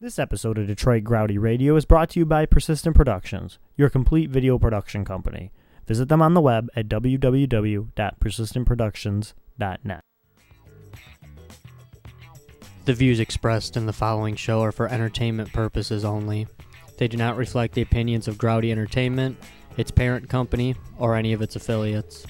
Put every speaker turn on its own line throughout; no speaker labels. This episode of Detroit Grouty Radio is brought to you by Persistent Productions, your complete video production company. Visit them on the web at www.persistentproductions.net.
The views expressed in the following show are for entertainment purposes only. They do not reflect the opinions of Grouty Entertainment, its parent company, or any of its affiliates.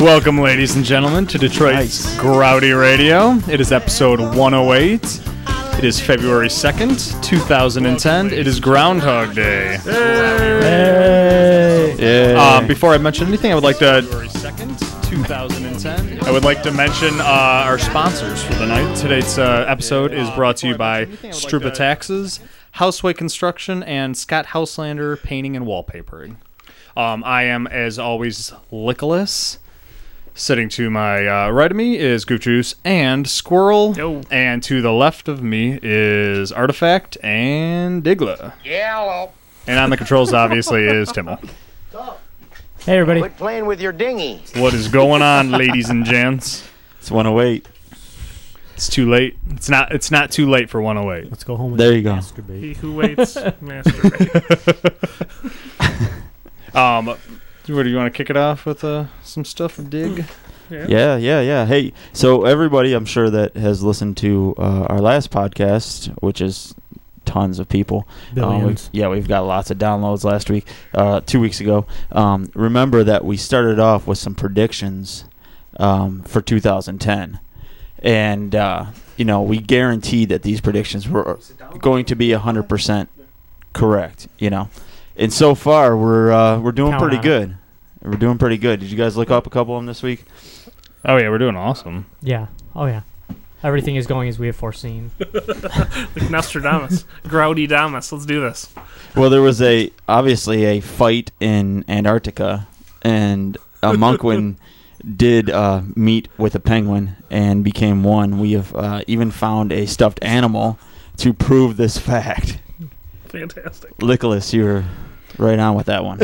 Welcome, ladies and gentlemen, to Detroit's Grouty Radio. It is episode 108. It is February 2nd, 2010. It is Groundhog Day. Uh, before I mention anything, I would like to. February 2nd, 2010. I would like to mention uh, our sponsors for the night. Today's uh, episode is brought to you by Strupa Taxes, Houseway Construction, and Scott Houselander Painting and Wallpapering. Um, I am, as always, Nicholas. Sitting to my uh, right of me is Goof Juice and Squirrel, and to the left of me is Artifact and Digla. And on the controls, obviously, is Timmel.
Hey, everybody.
Quit playing with your dinghy.
What is going on, ladies and gents?
It's 108.
It's too late. It's not. It's not too late for 108.
Let's go home and
There you go.
masturbate.
He who waits, masturbate.
Um, where do you want to kick it off with uh, some stuff from Dig?
Yeah, yeah, yeah. Hey, so everybody, I'm sure that has listened to uh, our last podcast, which is tons of people. Um, we've-
Billions.
yeah, we've got lots of downloads last week, uh, two weeks ago. Um, remember that we started off with some predictions um, for 2010, and uh, you know we guaranteed that these predictions were going to be 100 percent correct. You know, and so far we're uh, we're doing
Count
pretty
on it.
good. We're doing pretty good. Did you guys look up a couple of them this week?
Oh yeah, we're doing awesome.
Yeah. Oh yeah. Everything is going as we have foreseen.
like Nostradamus. Grouty Damas. Let's do this.
Well, there was a obviously a fight in Antarctica, and a monkwin did uh, meet with a penguin and became one. We have uh, even found a stuffed animal to prove this fact.
Fantastic.
Nicholas, you were right on with that one.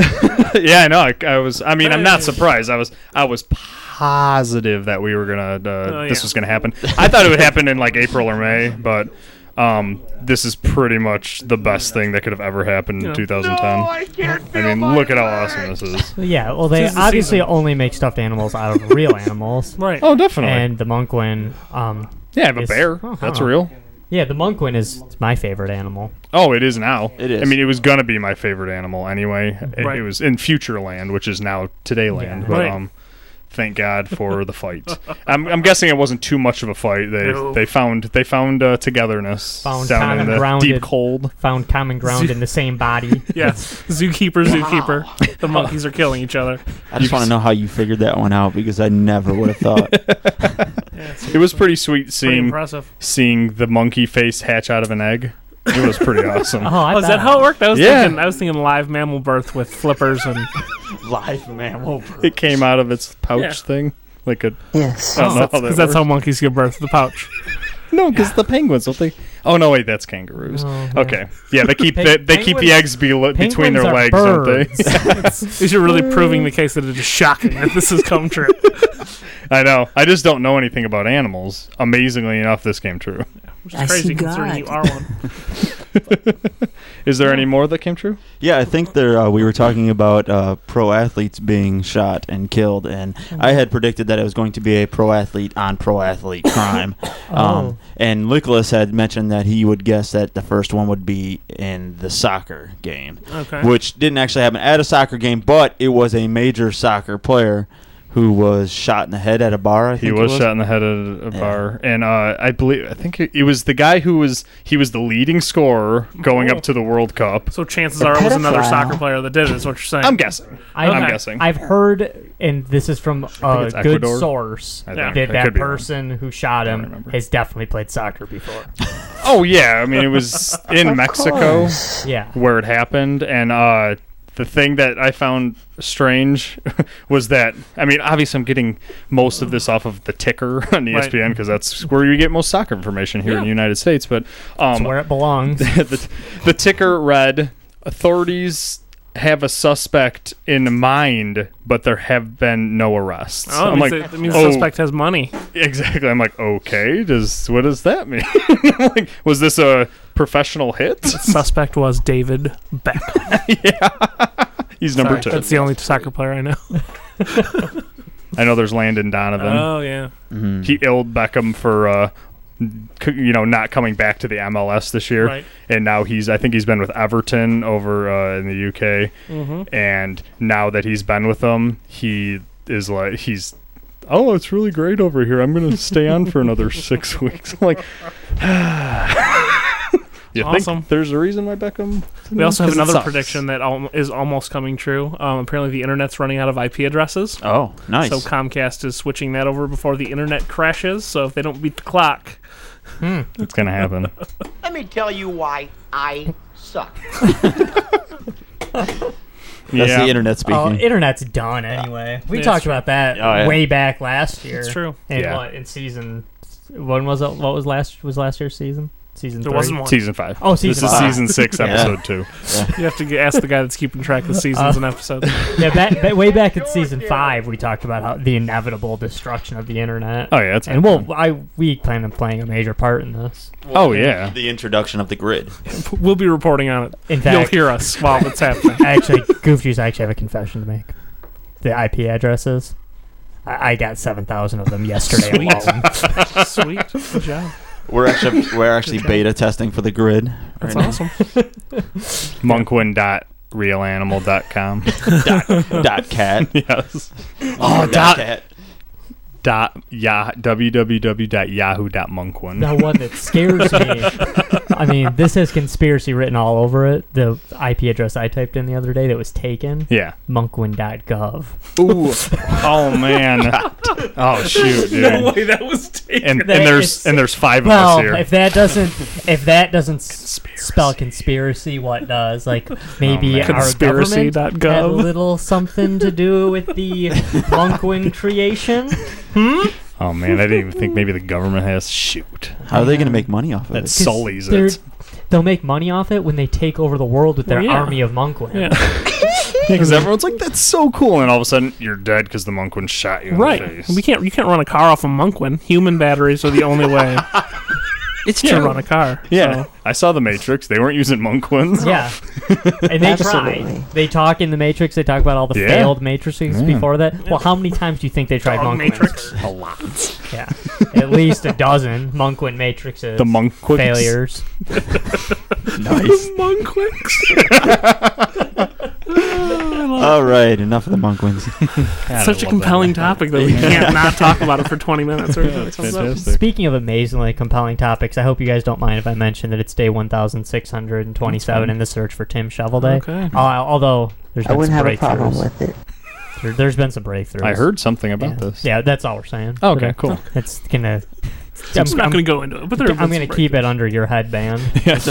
yeah, I know. I, I was. I mean, I'm not surprised. I was. I was positive that we were gonna. Uh,
Oh,
This
yeah.
was gonna happen. I thought it would happen in like April or May, but um, this is pretty much the best thing that could have ever happened
Yeah.
in 2010.
Oh,
I mean, look at how awesome this is.
yeah. Well, they
Tis the
obviously
season.
only make stuffed animals out of real animals.
Right.
Oh, definitely.
And the monkwin. Um.
yeah, I have a
it's-
bear.
oh,
That's
huh.
real.
Yeah, the monkwin is my favorite animal.
Oh, it is now.
It is.
I mean, it was gonna be my favorite animal anyway. It,
Right.
it was in future land, which is now today land.
Yeah.
But
Right.
um, thank God for the fight. I'm, I'm guessing it wasn't too much of a fight. They
No.
they found they found uh, togetherness
Found
down in
common
the
ground
deep
and-
cold.
Found common ground in the same body.
Yes. Zookeeper, zookeeper. The monkeys are killing each other.
I just want to know how you figured that one out because I never would have thought.
Yeah, it's
It was pretty sweet
pretty
seeing
impressive.
seeing the monkey face hatch out of an egg. It was pretty awesome.
Oh, I
Oh, is
thought-
that how it worked? I was
Yeah.
thinking I was thinking live mammal birth with flippers and
Live mammal.
It came out of its pouch
Yeah.
thing. Like a
Yes.
I don't know how that
because that's how
works.
monkeys give birth the pouch.
no, because the penguins don't they? Oh no, wait, that's kangaroos.
Oh, yeah.
Okay, yeah, they keep
Pe-
they, they keep the
penguins-
eggs belo- between their legs,
Penguins
don't
are
they?
birds.
These are really proving the case that it is shocking that this has come true.
I know. I just don't know anything about animals. Amazingly enough, this came true.
Which
I
is crazy
see
considering
God.
you are one.
Is there any more that came true?
Yeah, I think there uh, we were talking about uh, pro athletes being shot and killed, and
Mm-hmm.
I had predicted that it was going to be a pro athlete on pro athlete crime.
Oh.
um, and Nicholas had mentioned that he would guess that the first one would be in the soccer game,
Okay.
which didn't actually happen at a soccer game, but it was a major soccer player who was shot in the head at a bar. I
He
think it
was, shot in the head at a
Yeah.
bar, and uh, I believe I think it, it was the guy who was he was the leading scorer going
Oh.
up to the World Cup.
So chances are it was another
pedophile.
soccer player that did it. Is what you're saying?
I'm guessing.
I've,
I'm guessing.
I've heard, and this is from a
it's
good
Ecuador.
source,
I
that
think. I
that
could be wrong.
person who shot him
remember.
has definitely played soccer before.
Oh yeah, I mean it was in Mexico
yeah.
where it happened, and uh, the thing that I found strange was that I mean, obviously, I'm getting most of this off of the ticker on E
Right.
ESPN because that's where you get most soccer information here in
Yeah.
the United States. But
It's
um,
where it belongs.
the, the ticker read authorities have a suspect in mind but there have been no arrests
Oh, it
i'm
means,
like
the, it means
oh.
the suspect has money.
exactly i'm like okay does what does that mean like was this a professional hit
suspect was David Beck.
he's number
Sorry, That's
two
the only soccer player I know.
i know there's landon donovan
Oh yeah.
Mhm.
he illed beckham for uh c- you know not coming back to the mls this year
Right.
and now he's i think he's been with everton over uh, in the uk
Mm-hmm.
and now that he's been with them, he is like he's oh, it's really great over here. I'm gonna stay on for another six weeks. I'm like you
Awesome.
think there's a reason why Beckham?
We also have
'Cause it
another
sucks.
prediction that al- is almost coming true. Um, apparently, the internet's running out of IP addresses.
Oh, nice.
So Comcast is switching that over before the internet crashes. So if they don't beat the clock,
Hmm.
It's gonna happen.
Let me tell you why I suck.
That's
yeah.
the internet
Oh,
speaking.
internet's done anyway. We
It's
talked
true.
about that
Oh, yeah.
way back last year.
it's true.
In
Yeah.
what in season? When was it? What was last? Was last year's season? Season
There
three?
wasn't one.
Season five.
Oh,
this
season
is
five.
season six,
Yeah.
episode two.
You have to g- ask the guy that's keeping track of the seasons
Uh,
and episodes.
yeah, back, ba- way back in season five, we talked about how the inevitable destruction of the internet.
Oh yeah, it's
and well, I we plan on playing a major part in this.
oh yeah.
the introduction of the grid.
We'll be reporting on it.
In
You'll
fact,
hear us while it's happening.
actually, Goof Juice, I actually have a confession to make. The IP addresses, I, I got seven thousand of them yesterday
Sweet.
alone.
Sweet. Good job.
We're actually we're actually beta testing for the grid.
That's
right
awesome.
Monkwin dot realanimal.com.
now. Dot cat.
yes.
Oh,
dot-
cat.
Dot yah www.yahoo.monkwin.
the one that scares me. I mean, this has conspiracy written all over it. The IP address I typed in the other day that was taken,
Yeah.
monkwin.gov.
Ooh. oh man. Oh shoot, dude.
way that was taken.
and, and
That
there's
is-
and there's five of
Well,
us here.
if that doesn't, if that doesn't s spell conspiracy, what does? Like maybe
man.
our government had a
Conspiracy.gov.
little something to do with the Monkwin creation.
Oh man, I didn't even think maybe the government has shoot.
How are they going to make money off of
That's
it?
so- Sullies
They're-
it.
They'll make money off it when they take over the world with their
Well, yeah.
army of Monkwin.
Yeah.
Because everyone's like, "That's so cool," and all of a sudden you're dead because the monk one shot you in the
Right.
face.
We can't. You can't run a car off a Monkwin. Human batteries are the only way
It's
to run a car.
yeah,
So,
I saw the Matrix. They weren't using monk ones.
Yeah. And they
Absolutely.
try. They talk in the Matrix. They talk about all the
Yeah.
failed matrices
Yeah.
before that. Well, how many times do you think they tried
Dog
Monkwin?
Matrix.
A lot.
Yeah. At least a dozen Monkwin matrices.
The monk ones.
failures.
nice. All right, enough of the monk wins.
God,
Such
I
a
love
compelling
that.
topic that we can't not talk about it for 20 minutes. Or
Yeah, it's fantastic.
Speaking of amazingly compelling topics, I hope you guys don't mind if I mention that it's day 1,627 in the search for Tim Shovelday.
Okay.
Uh, although there's
I
been
wouldn't
some
have a problem
breakthroughs.
with it.
There, there's been some breakthroughs.
I heard something
yeah.
about this.
Yeah, that's all we're saying.
Okay. Cool.
It's gonna.
I'm, not going to go into it, but there
I'm gonna keep it under your headband.
Yes.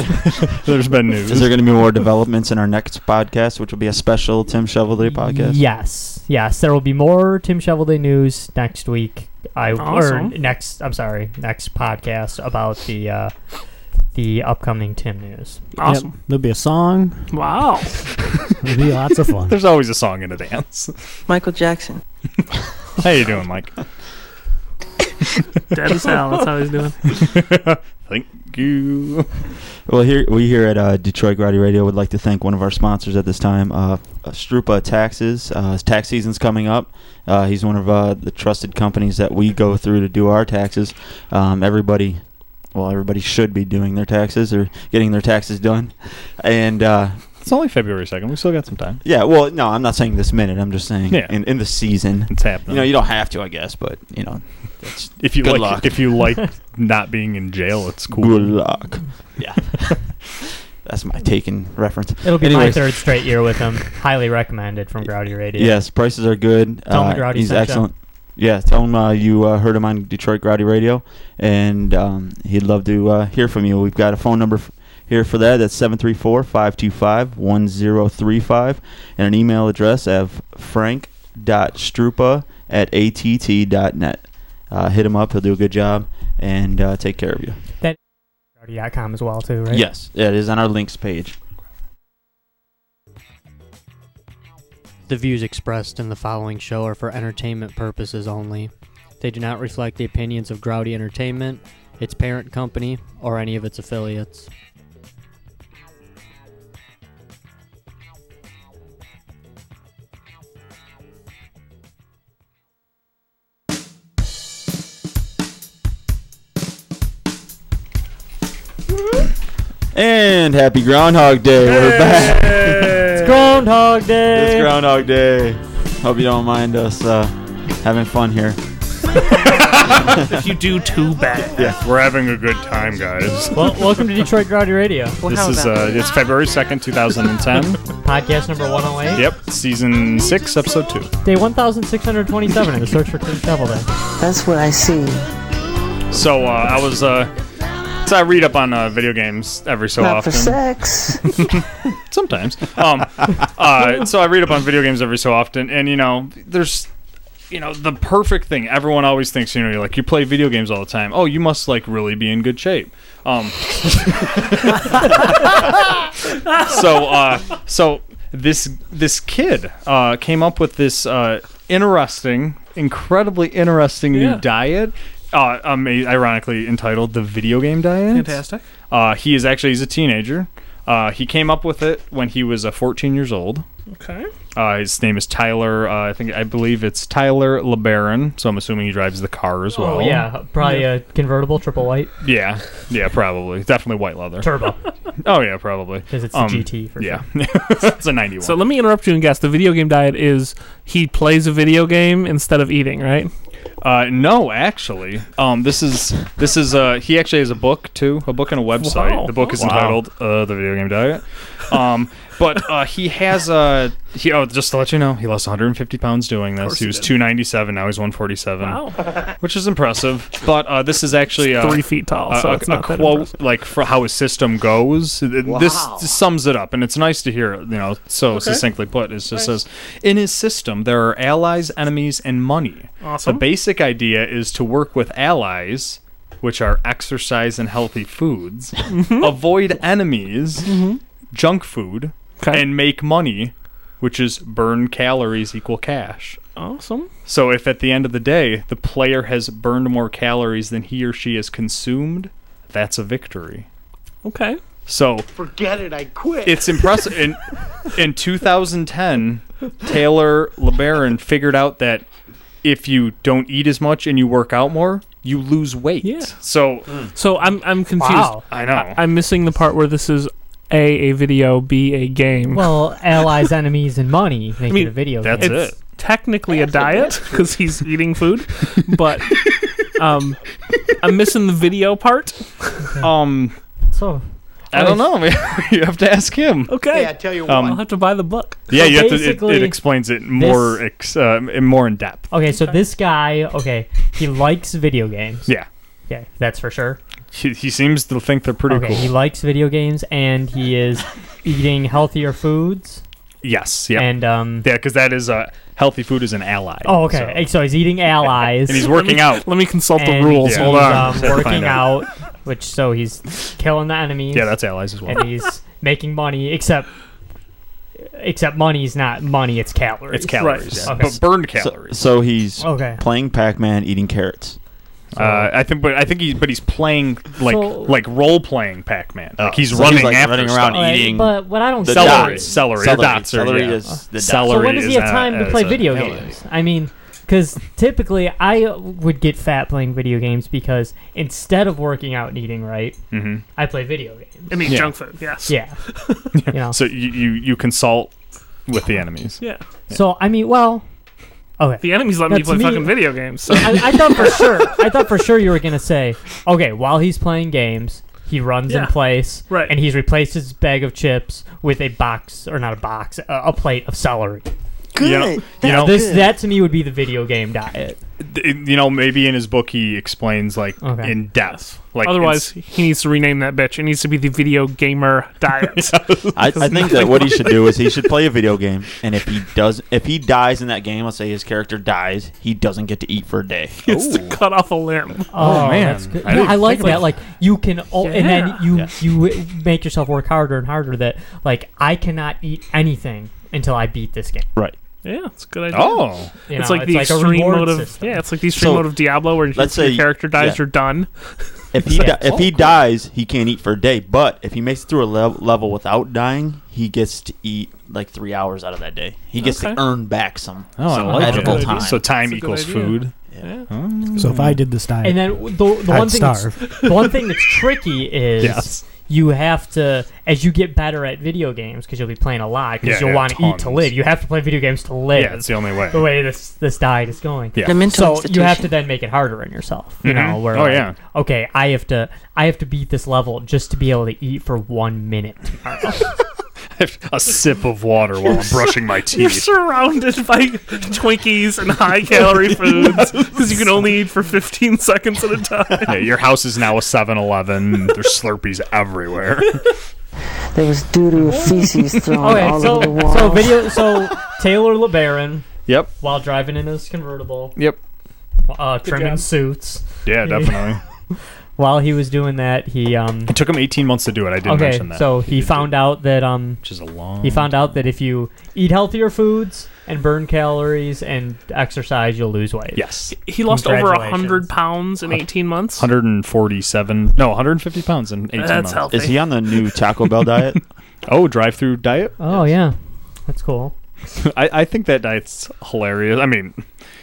There's been news.
Is there going to be more developments in our next podcast, which will be a special Tim Shovel Day podcast?
Yes, yes. There will be more Tim Shovelday news next week. I
Awesome.
or next. I'm sorry, next podcast about the uh, the upcoming Tim news.
Awesome.
There'll be a song.
Wow.
It'll be lots of fun.
There's always a song and a dance.
Michael Jackson.
How you doing, Mike?
Dead as hell. That's how he's doing.
Thank you.
Well, here we here at uh, Detroit Karate Radio would like to thank one of our sponsors at this time, uh, Strupa Taxes. Uh, his tax season's coming up. Uh, he's one of uh, the trusted companies that we go through to do our taxes. Um, everybody, well, everybody should be doing their taxes or getting their taxes done. And uh,
It's only February second. We still got some time.
yeah, well, no, I'm not saying this minute. I'm just saying
Yeah.
in, in the season.
It's happening.
You know, you don't have to, I guess, but you know,
if you
Good
like,
luck.
if you like not being in jail, it's cool.
good luck. Yeah, that's my taken reference.
It'll be my
Anyways.
third straight year with him. Highly recommended from Growdy Radio.
Yes, prices are good.
Tell him
Uh,
Growdy
he's
sent ya.
excellent. Yeah, tell him uh, you uh, heard him on Detroit Growdy Radio, and um, he'd love to uh, hear from you. We've got a phone number f- here for that. That's 734-525-1035 and an email address of frank.strupa at att.net. Uh, hit him up. He'll do a good job and uh, take care of you.
Rowdy.com as well too, right?
Yes, yeah, it is on our links page.
The views expressed in the following show are for entertainment purposes only. They do not reflect the opinions of Growdy Entertainment, its parent company, or any of its affiliates.
And happy Groundhog Day. We're back.
It's Groundhog Day.
It's Groundhog Day. Hope you don't mind us uh, having fun here.
if you do too bad.
We're having a good time, guys.
well, welcome to Detroit Growdy Radio,
This is uh, it's February second, two thousand and ten.
podcast number 108.
yep, season six, episode two.
Day 1627 in the search for Clean Shovel Day.
That's what I see.
So uh, I was uh, so I read up on uh, video games every so
Not
often.
for sex.
sometimes. Um, uh, so I read up on video games every so often, and you know, there's, you know, the perfect thing. Everyone always thinks, you know, you're like you play video games all the time. Oh, you must like really be in good shape. Um, so, uh, so this this kid uh, came up with this uh, interesting, incredibly interesting
Yeah.
new diet. Uh, ama- ironically entitled the video game diet.
Fantastic.
Uh, he is actually he's a teenager. Uh, he came up with it when he was uh, 14 years old.
Okay.
Uh, his name is Tyler. Uh, I think I believe it's Tyler LeBaron. So I'm assuming he drives the car as well.
Oh yeah, probably a convertible triple white
yeah, yeah, probably, definitely white leather.
turbo
Oh yeah, probably.
because it's
Um,
the GT for
yeah,
sure.
it's a 91.
So let me interrupt you and guess. The video game diet is he plays a video game instead of eating, right?
Uh, no, actually, um, this is this is uh, he actually has a book too, a book and a website.
Wow.
The book is
Wow.
entitled uh, "The Video Game Diet," um, but uh, he has uh, he oh, just to let you know, he lost 150 pounds doing this. He was 297, now he's 147,
Wow.
which is impressive. But uh, this is actually uh,
Three feet tall.
a,
so
a-
it's
a
not that impressive.
quote like for how his system goes. Th- This sums it up, and it's nice to hear. You know, so succinctly put. It just says, "In his system, there are allies, enemies, and money."
Awesome.
The basic idea is to work with allies. Which are exercise and healthy foods,
Mm-hmm.
avoid enemies, junk food,
Okay.
and make money, which is burn calories equal cash.
awesome.
So if at the end of the day the player has burned more calories than he or she has consumed, that's a victory.
Okay.
So
Forget it, I quit.
it's impressive. In, in 2010, Taylor LeBaron figured out that if you don't eat as much and you work out more, you lose weight.
Yeah.
So
So I'm I'm confused.
Wow.
Hmm. I know.
I'm missing the part where this is a a video, b a game.
Well, allies, enemies, and money making
mean,
a video
that's
game.
it's technically a diet because he's eating food, but um, I'm missing the video part.
um,
So
I don't know. man. you have to ask him.
Okay.
yeah, I tell you what.
Um,
I'll have to buy the book.
Yeah,
So
you have to. It, it
basically,
explains it more ex, uh, more in depth.
okay, so this guy, okay, he likes video games.
Yeah,
Okay, that's for sure.
he, he seems to think they're pretty
Okay,
cool.
he likes video games and he is eating healthier foods
yes. Yeah.
and um.
Yeah, because that is uh, healthy food is an ally.
Oh, okay. So, he's eating allies.
And he's working out.
Let me consult the
and
rules.
He's,
Yeah.
Hold on.
um,
Let's
working
find
out, which so he's killing the enemies.
Yeah, that's allies as well.
and he's making money except except money's not money it's calories
It's calories,
Right.
yeah.
Okay.
but burned
So,
calories.
so he's
okay
playing Pac-Man, eating carrots.
uh, I think, but I think he's but he's playing like
So-
like role playing Pac Man. Like he's
Oh, So he's,
running
like,
after
running
stuff.
around
Alright,
eating
but what i don't
the
get
Celery,
dots.
celery,
Celery,
dots are-
celery
yeah.
is the
Celery.
so when does
is
he have
not
time to
as
play
a-
video
yeah.
games i mean because typically i would get fat playing video games because instead of working out and eating right
Mhm.
i play video games
and eat
Yeah.
junk food. Yes.
yeah you know
So you, you you consult with the enemies.
Yeah.
so i mean well okay
The enemies let me
That's
play
me.
fucking video games. So.
I, I thought for sure. I thought for sure you were gonna say, okay, while he's playing games, he runs
Yeah.
in place,
Right.
And he's replaced his bag of chips with a box, or not a box, a, a plate of celery.
Good.
You know, you know,
This that to me would be the video game diet.
th- you know, maybe in his book he explains like
Okay.
in depth. Like
Otherwise, he needs to rename that bitch. It needs to be the video gamer diet.
I, I think that what he should do is he should play a video game, and if he does, if he dies in that game, let's say his character dies, he doesn't get to eat for a day.
He has to cut off a limb.
Oh,
man.
that's good.
I
No,
didn't
I, like
think
that. Like you can, all, and then
Yeah.
you
Yeah.
you make yourself work harder and harder. That like I cannot eat anything until I beat this game.
Right.
Yeah, it's a good idea.
Oh,
You
It's
know,
like the
a
extreme
reward
mode of
system.
yeah. It's like the extreme
So,
mode of Diablo, where
let's
your
say-
character dies,
yeah.
you're done.
If he
Yeah.
di- if he dies, he can't eat for a day. But if he makes it through a lev- level without dying, he gets to eat like three hours out of that day. He gets
Okay.
to earn back some,
oh, I
some
like that.
edible
Good
time.
idea.
so time
That's a good
equals
idea.
food.
Yeah.
So if I did this diet,
And then the, the one
I'd
thing that's,
starve.
the one thing that's tricky is
Yes.
you have to as you get better at video games because you'll be playing a lot
Yeah,
because you'll
yeah,
want to eat to
tons.
live. You have to play video games to live.
Yeah, it's the only way.
the way this this diet is going.
Yeah.
The mental
So you have to
institution.
then make it harder on yourself. You know,
Mhm.
where
Oh,
like,
yeah.
okay, I have to I have to beat this level just to be able to eat for one minute.
a sip of water while I'm brushing my
You're
teeth.
surrounded by Twinkies and high calorie foods because you can only eat for 15 seconds at a time.
Yeah, your house is now a 7-Eleven. There's Slurpees everywhere.
There was doo doo feces thrown
okay,
all over the
so
wall.
so video so Taylor LeBaron
Yep.
while driving in his convertible,
Yep.
uh, trimming
job.
suits.
Yeah, definitely.
While he was doing that, he um
It took him 18 months to do it. I didn't
okay,
mention that.
so he found out that um
which is a long.
he found out that if you eat healthier foods and burn calories and exercise, you'll lose weight.
Yes.
He lost over
Congratulations.
100 pounds in 18 months.
147. No, 150 pounds in 18
That's
months.
healthy.
Is he on the new Taco Bell diet?
Oh, drive-through diet.
Oh yeah, that's cool.
I, I think that diet's hilarious. I mean,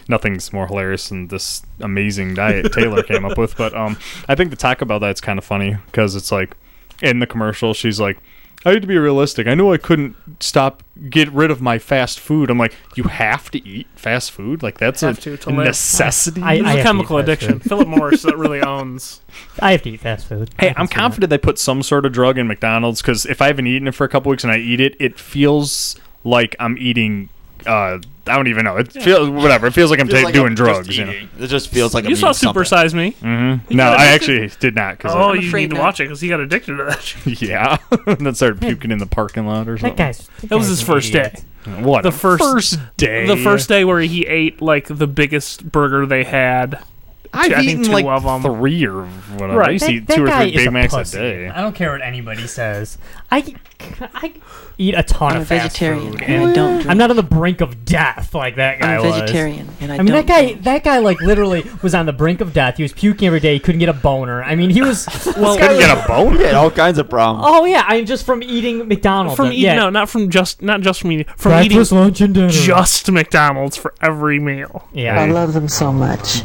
nothing's more hilarious than this amazing diet Taylor came up with. But um, I think the Taco Bell diet's kind of funny because it's like in the commercial, she's like, "I had to be realistic. I knew I couldn't stop get rid of my fast food." I'm like, "You have to eat fast food. Like that's a
Have to, to live."
necessity."
I-
It's
have to
a
eat
chemical
fast
addiction.
food.
Philip Morris that really owns.
I have to eat fast food. I
Hey,
can
I'm
see that.
confident they put some sort of drug in McDonald's because if I haven't eaten it for a couple weeks and I eat it, it feels like I'm eating. Uh, I don't even know. It feels whatever. It feels like I'm ta- doing drugs. You know.
It just feels like
You saw Super Size Me.
Mm-hmm. No, I actually did not. Cause
Oh,
I,
you
afraid
need to
not.
watch it because he got addicted to that. shit.
yeah. and then started puking in the parking lot or
That
something.
guy's.
That was his first day.
what
the
a
first-
day.
The first day where he ate like the biggest burger they had.
I've
I think
eaten
two
like
of 'em.
three or whatever.
Right.
I used to
That-
eat
that
two or
guy
three
is
Big
a
Macs a
pussy.
day.
I don't care what anybody says. I, I eat a ton
I'm a
of fast
vegetarian
food.
and I don't drink.
I'm not on the brink of death like that guy
I'm a
was.
vegetarian and I,
I mean that
don't
guy.
drink.
That guy like literally was on the brink of death. He was puking every day. He couldn't get a boner. I mean, he was. well,
Couldn't get a bone.
Yeah, all kinds of problems.
oh yeah, I mean just from eating McDonald's.
From
uh,
eating,
yeah.
no, not from just not just from eating, from
breakfast,
eating
lunch, and
Mm-hmm.
dinner.
just McDonald's for every meal.
yeah,
I love them so much.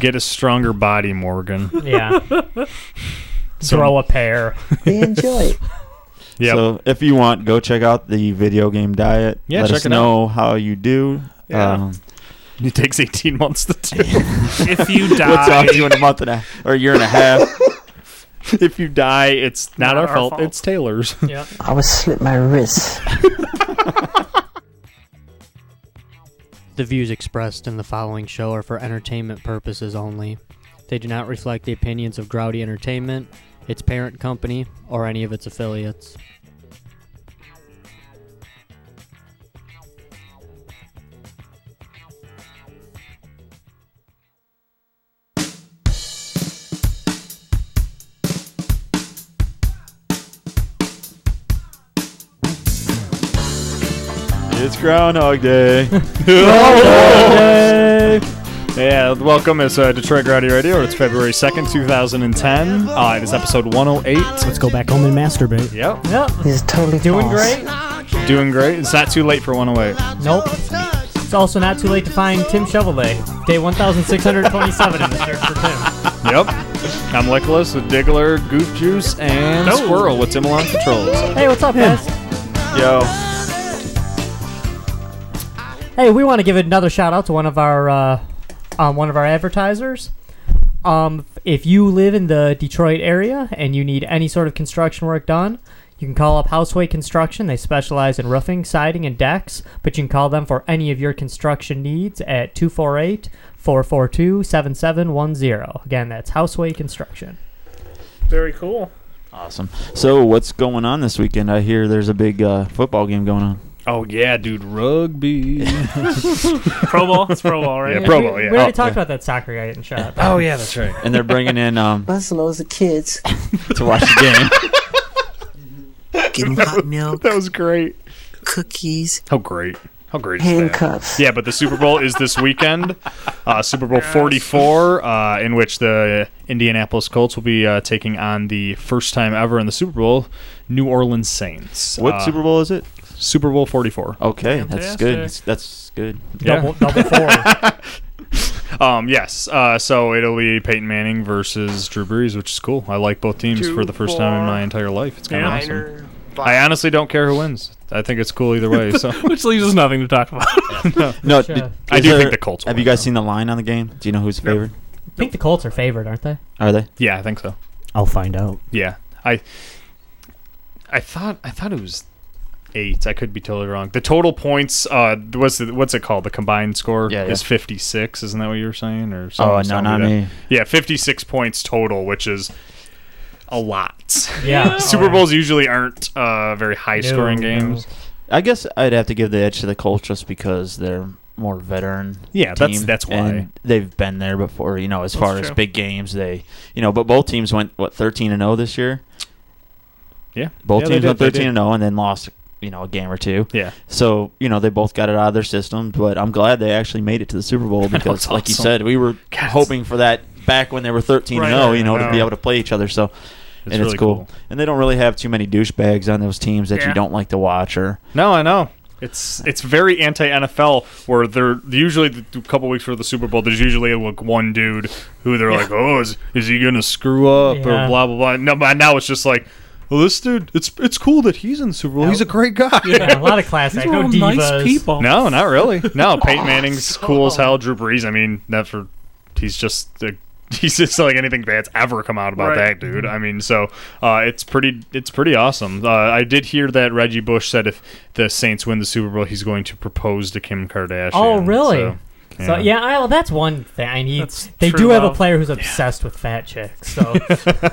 Get a stronger body, Morgan.
yeah. Throw a pair.
They enjoy it.
Yeah.
So if you want, go check out the video game diet.
Yeah,
Let
check
us
it
know how you do.
Yeah.
Um,
It takes 18 months to do.
If you
we'll talk
die,
to you in a month and a or a year and a half.
if you die, it's not, our, fault,
fault.
It's Taylor's.
Yeah.
I would slit my wrists.
The views expressed in the following show are for entertainment purposes only. They do not reflect the opinions of Growdy Entertainment, its parent company, or any of its affiliates.
It's Groundhog Day.
Yeah, welcome. It's uh, Detroit Growdy Radio. It's February 2nd, 2010. Uh, it is episode 108.
let's go back home and masturbate.
Yep,
Yep.
It's totally
Doing
false.
great.
doing great. It's not too late for 108.
Nope. It's also not too late to find Tim Chevrolet. Day 1627 in the search for Tim.
Yep. I'm Nicholas with Diggler, Goof Juice, and Squirrel with Timbalon Controls.
Hey, what's up, guys?
Yo.
Hey, we want to give another shout out to one of our uh, um, one of our advertisers. Um, if you live in the Detroit area and you need any sort of construction work done, You can call up Houseway Construction. They specialize in roofing, siding, and decks, but you can call them for any of your construction needs at 248 442 7710. Again, that's Houseway Construction.
Very cool.
Awesome. So, what's going on this weekend? I hear there's a big uh, football game going on.
Oh yeah, dude, rugby.
Pro Bowl. It's Pro Bowl, right?
Yeah, Pro
we,
Bowl, yeah.
we already
Oh,
talked
yeah.
about that soccer guy getting shot.
oh yeah, that's right.
And they're bringing in um,
Bust loads of kids.
to watch the game.
Give them hot milk,
That was great.
cookies,
How great? How great is that?
handcuffs.
Yeah, but the Super Bowl is this weekend. Uh, Super Bowl 44, uh, in which the Indianapolis Colts will be uh, taking on the first time ever in the Super Bowl, New Orleans Saints.
What
Uh,
Super Bowl is it?
Super Bowl 44.
Okay, that's good. That's,
Fantastic.
that's good.
Yeah.
Double, double four.
Um, yes. Uh, so it'll be Peyton Manning versus Drew Brees, which is cool. I like both teams
Two,
for the first time in
four.
my entire life. It's kind of
Yeah.
awesome. I honestly don't care who wins. I think it's cool either way. So
Which leaves us nothing to talk about.
No,
Which, uh,
did-
I
is
do think
there-
the Colts will
Have you
win,
guys
though.
seen the line on the game? Do you know who's favored?
I think the Colts are favored, aren't they?
Are they?
yeah, I think so.
I'll find out.
Yeah, I, I thought I thought it was eight. I could be totally wrong. The total points, uh, what's the, what's it called? The combined score
Yeah, yeah.
is fifty six. Isn't that what you were saying? Or
Oh,
something,
no,
something
not
to that-
me.
Yeah, fifty six points total, which is a lot.
Oh,
Yeah.
Super
Alright.
Bowls usually aren't uh, very high scoring
No,
games.
I guess I'd have to give the edge to the Colts just because they're more veteran.
Yeah, that's
team,
that's why.
and they've been there before. You know, as
That's
far as
true.
big games, they you know, but both teams went what thirteen and zero this year.
yeah,
Both
Yeah, they
teams
did,
went
they
thirteen and zero, and then lost you know a game or two.
did. Yeah,
So you know they both got it out of their system. But I'm glad they actually made it to the Super Bowl because,
it's
like you
awesome.
said, we were
God,
hoping for that back when they were thirteen
Right,
and zero.
right,
You know,
I
to
know.
be able to play each other. So
it's
and
really
it's cool. And they don't really have too many douchebags on those teams that
Yeah.
you don't like to watch or
No, I know. It's it's very anti NFL where they're usually the couple weeks for the Super Bowl. There's usually like one dude who they're like, oh, is, is he gonna screw up
Yeah.
or blah blah blah. No, but now it's just like, well, this dude, it's it's cool that he's in the Super Bowl. He's a great guy.
Yeah, a lot of class act.
They're
No
all
divas.
nice people.
No, not really. No, Peyton Manning's cool as hell. Drew Brees, I mean, never. He's just a, he's just like anything bad's ever come out about that
Right.
dude. I mean, so uh, it's pretty it's pretty awesome. Uh, I did hear that Reggie Bush said if the Saints win the Super Bowl, he's going to propose to Kim Kardashian.
Oh, really?
So, yeah.
So yeah, I, well, that's one thing. I need.
That's
they
true
do have
love.
a player who's obsessed with fat chicks, so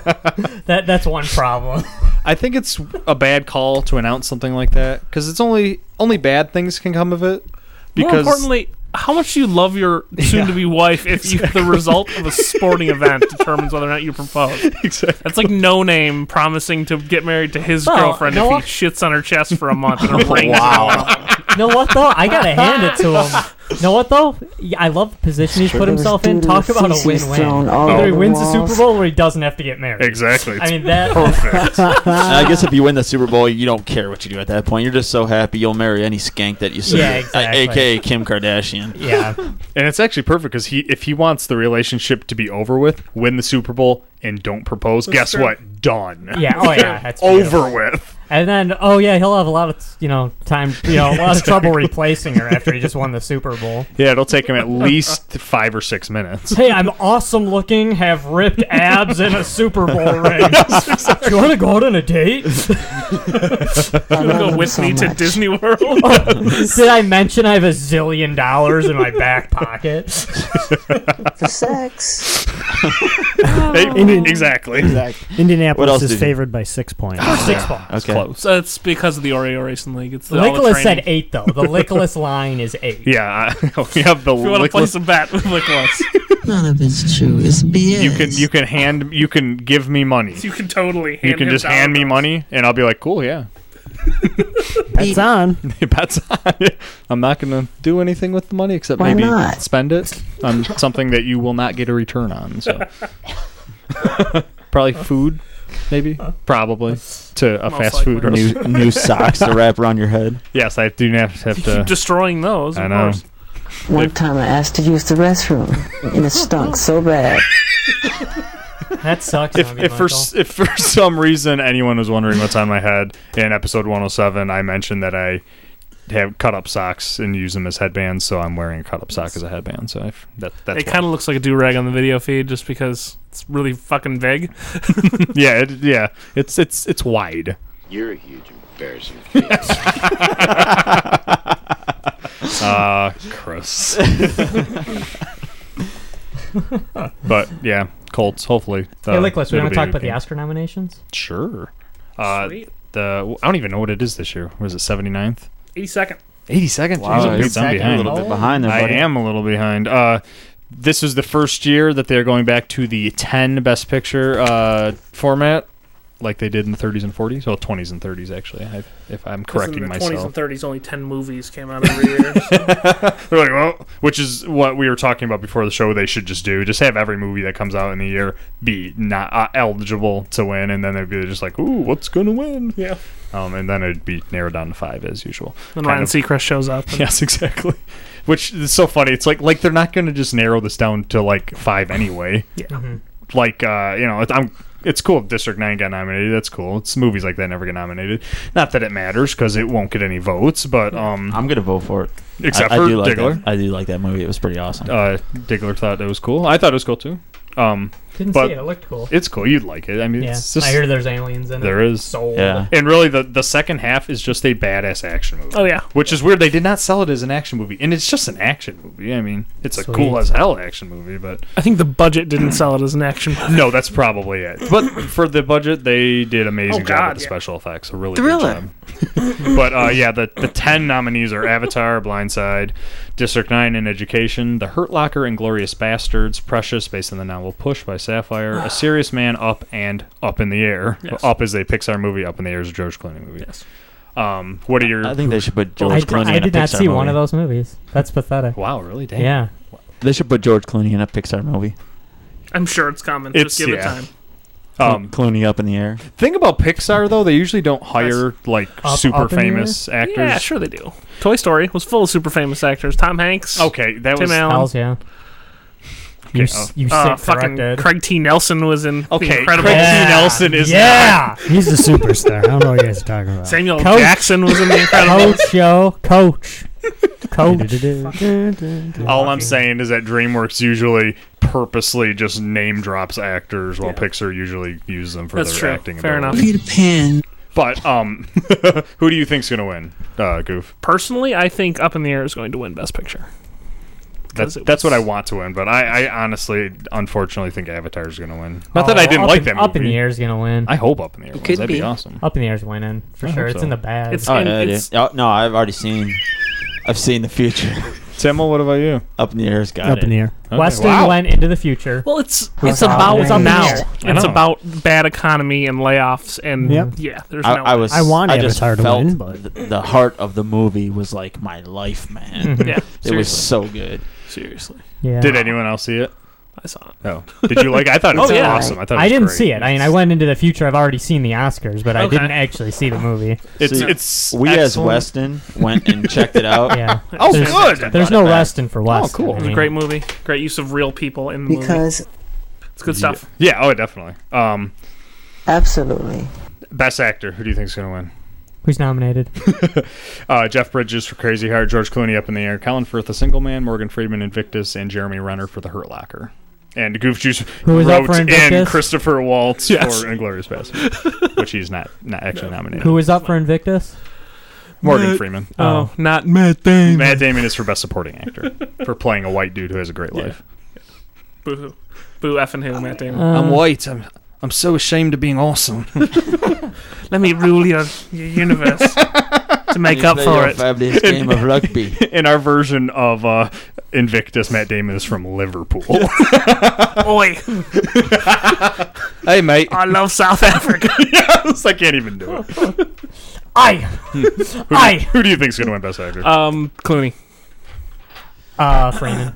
that that's one problem.
I think it's a bad call to announce something like that because it's only only bad things can come of it.
More
Because
importantly, how much you love your soon-to-be wife if you, the result of a sporting event determines whether or not you propose.
Exactly.
That's like no name promising to get married to his
Well,
girlfriend
Noah-
if he shits on her chest for a month and her ring.
wow.
you know what though? I gotta hand it to him. You know what though? Yeah, I love the position he's put
There was
himself in.
doo-doo
Talk about a
feces thrown
win-win.
all
Either
over
he
the
wins the Super
walls.
Bowl or he doesn't have to get married.
Exactly.
I mean that.
perfect.
I guess if you win the Super Bowl, you don't care what you do at that point. You're just so happy you'll marry any skank that you see,
Yeah,
uh,
exactly.
aka Kim Kardashian.
Yeah.
And it's actually perfect because he, if he wants the relationship to be over with, win the Super Bowl and don't propose. guess what? Done.
Yeah. Oh yeah. That's beautiful.
Over with.
And then, oh yeah, he'll have a lot of you know time, you know, a lot of trouble replacing her after he just won the Super Bowl.
Yeah, it'll take him at least five or six minutes.
Hey, I'm awesome looking, have ripped abs, and a Super Bowl ring. Do you want to go out on a date?
I love
Go
them
with
so
me to
much.
Disney World.
Oh, Did I mention I have a zillion dollars in my back pocket?
For sex.
Hey, exactly.
What else
Indianapolis
did
is
you-
favored by six points.
Six points.
Okay.
Close.
so it's because of the Oreo Racing League. It's the, all the
Nicholas said
training.
eight though. The Nicholas line is eight.
Yeah, I- we have the
If you want to play
liquid.
some bat with Nicholas,
None of it's true. It's BS.
You can you can hand you can give me money.
you can totally. Hand
You can
him
just hand me
dollars.
money and I'll be like, cool, yeah.
That's on.
That's I'm not gonna do anything with the money except
Why
maybe
not?
spend it on something that you will not get a return on. So probably food, maybe probably to a
Most
fast food
likely.
New
restaurant.
new socks to wrap around your head.
Yes, I do have to. Have
You keep
to
destroying those.
I
of
know.
course.
One time I asked to use the restroom, and it stunk so bad.
That sucks.
if,
Donovan
if for
Mitchell.
s- if for some reason anyone was wondering what's on my head in episode 107, I mentioned that I have cut up socks and use them as headbands, so I'm wearing a cut up sock as a headband. So I've, that that's
It kind of looks like a do rag on the video feed, just because it's really fucking vague.
yeah it, yeah it's it's it's wide.
You're a huge embarrassment. Kid.
Ah, Chris. but yeah, Colts. Hopefully.
hey, Nicholas, we
it'll
want to talk
be-
about the Oscar nominations?
Sure. Uh, The I don't even know what it is this year. Was it 79th?
82nd.
82nd.
Wow,
Jeez, I'm
you're
behind.
Oh, a little bit behind there,
I
buddy.
am a little behind. Uh, this is the first year that they're going back to the 10 best picture uh, format, like they did in the 30s and 40s. Well, 20s and 30s, actually, I, if I'm correcting
in the
myself.
20s and 30s, only 10 movies came out every year. so-
They're like, well, which is what we were talking about before the show. They should just do just have every movie that comes out in the year be not uh, eligible to win, and then they'd be just like, ooh, what's gonna win?
yeah.
Um, and then it'd be narrowed down to five as usual.
Then
Kind
Ryan
of-
Seacrest shows up. and-
Yes, exactly. Which is so funny. It's like like they're not gonna just narrow this down to like five anyway.
Yeah.
Mm-hmm.
Like uh, you know, it, I'm. It's cool. if District Nine got nominated. That's cool. It's movies like that never get nominated. Not that it matters because it won't get any votes, but um,
I'm gonna vote for it.
except
I, I
for
do like
Diggler.
That. I do like that movie. It was pretty awesome.
uh, Diggler thought it was cool. I thought it was cool too. Um,
Didn't
But-
see it. It looked cool.
it's cool. You'd like it. I mean,
yeah.
it's just
I hear there's aliens in
there
it.
is.
Sold.
yeah.
and really, the the second half is just a badass action movie.
Oh, yeah.
Which is weird. They did not sell it as an action movie, and it's just an action movie. I mean, it's a
Sweet.
cool as hell action movie, but
I think the budget didn't sell it as an action movie.
no, that's probably it. But for the budget, they did amazing
Oh,
job
God,
with the
yeah.
special effects. A really
Thriller.
good job. but uh, yeah, the the ten nominees are Avatar, Blindside, District Nine, and Education, The Hurt Locker, Inglorious Bastards, Precious, based on the novel Push by Sapphire, A Serious Man, Up, and Up in the Air.
Yes.
Up is a Pixar movie. Up in the Air is a George Clooney movie.
Yes.
Um, what are your?
I think they should put George
I,
Clooney
I
in a
did not
Pixar
see
movie.
one of those movies. That's pathetic.
wow, really? Damn.
Yeah.
They should put George Clooney in a Pixar movie.
I'm sure it's common.
It's-
Just give it
yeah.
time.
Um,
Clooney up in the air.
thing about Pixar though, they usually don't hire like
Up-
super
Up in the Air?
famous actors.
Yeah, sure they do. Toy Story was full of super famous actors. Tom Hanks.
Okay, that
Tim
was
Allen.
Hells yeah. You,
oh.
s- you
Uh,
sick
fucking
directed.
Craig T. Nelson was in
Okay,
The Incredibles.
Craig T. Nelson is
Yeah.
He's the superstar. I don't know what you guys are talking about.
Samuel
Coach.
Jackson was in The Incredibles.
coach, yo. Coach. Coach.
All I'm saying is that DreamWorks usually purposely just name drops actors, while Pixar usually uses them for
That's
their
true.
acting.
Fair enough.
ability. But um, who do you think's gonna win? Uh, Goof.
Personally, I think Up in the Air is going to win Best Picture.
That's
'Cause it
that's what I
was-
want to win, but I, I honestly, unfortunately, think Avatar's gonna win. Not that I didn't
Oh, up
like
in,
that movie.
Up in the air's gonna win.
I hope Up in the Air wins.
could
That'd be,
be.
awesome.
up in the air's winning for
I
sure.
hope
It's
so.
in the bag.
It's-
Oh,
And
yeah,
it's-
dude. oh no, I've already seen. I've seen the future.
Timmel, what about you?
Up in the air's got
Up
it.
in the air.
Okay,
Weston
wow.
went into the future.
Well, it's
It's
it's about
up in the
now.
air.
I
It's
know.
about bad economy and layoffs and
Yep.
yeah. There's
I,
no.
I was.
I want
just
Avatar to
felt
win, but-
th- the heart of the movie was like my life, man. it
yeah.
was
Seriously.
so good.
seriously.
Yeah.
Did anyone else see it?
I saw it.
No. Oh. Did you like? I thought it was
Oh, yeah.
awesome. I thought it
I
was
didn't
great.
see it. I mean, I went into the future. I've already seen the Oscars, but I
Okay.
didn't actually see the movie.
It's
See,
it's
We as
excellent.
Weston went and checked it out.
Yeah.
Oh,
There's-
good.
There's
Brought it
no
back.
Weston for
Oh,
Weston.
cool.
It
I
was a
mean,
great movie. Great use of real people in the movie.
Because,
It's good stuff.
Yeah. Oh, definitely. Um,
absolutely.
best actor. Who do you think's gonna win?
Who's nominated?
Uh, Jeff Bridges for Crazy Heart, George Clooney up in the air, Colin Firth, The Single Man, Morgan Freeman, Invictus, and Jeremy Renner for The Hurt Locker. And Goof Juice
was up
wrote
for
in
Invictus?
Christopher Waltz
Yes.
for Inglorious Bastards, which he's not not actually nominated.
Who was up for Invictus?
Morgan Freeman.
Oh.
Oh, not Matt Damon.
Matt Damon is for Best Supporting Actor for playing a white dude who has a great life.
Boo hoo. Boo effing who, Matt Damon.
Uh,
white. I'm I'm so ashamed of being awesome.
Let me rule your, your universe to make up
Play
for
your
it.
fabulous game of rugby.
In our version of uh, Invictus, Matt Damon is from Liverpool.
Oi,
hey, mate.
I love South Africa.
yes, I can't even do it.
I.
Who do, you,
I.
who do you think's gonna win Best Actor?
Um, Clooney.
Uh, Freeman.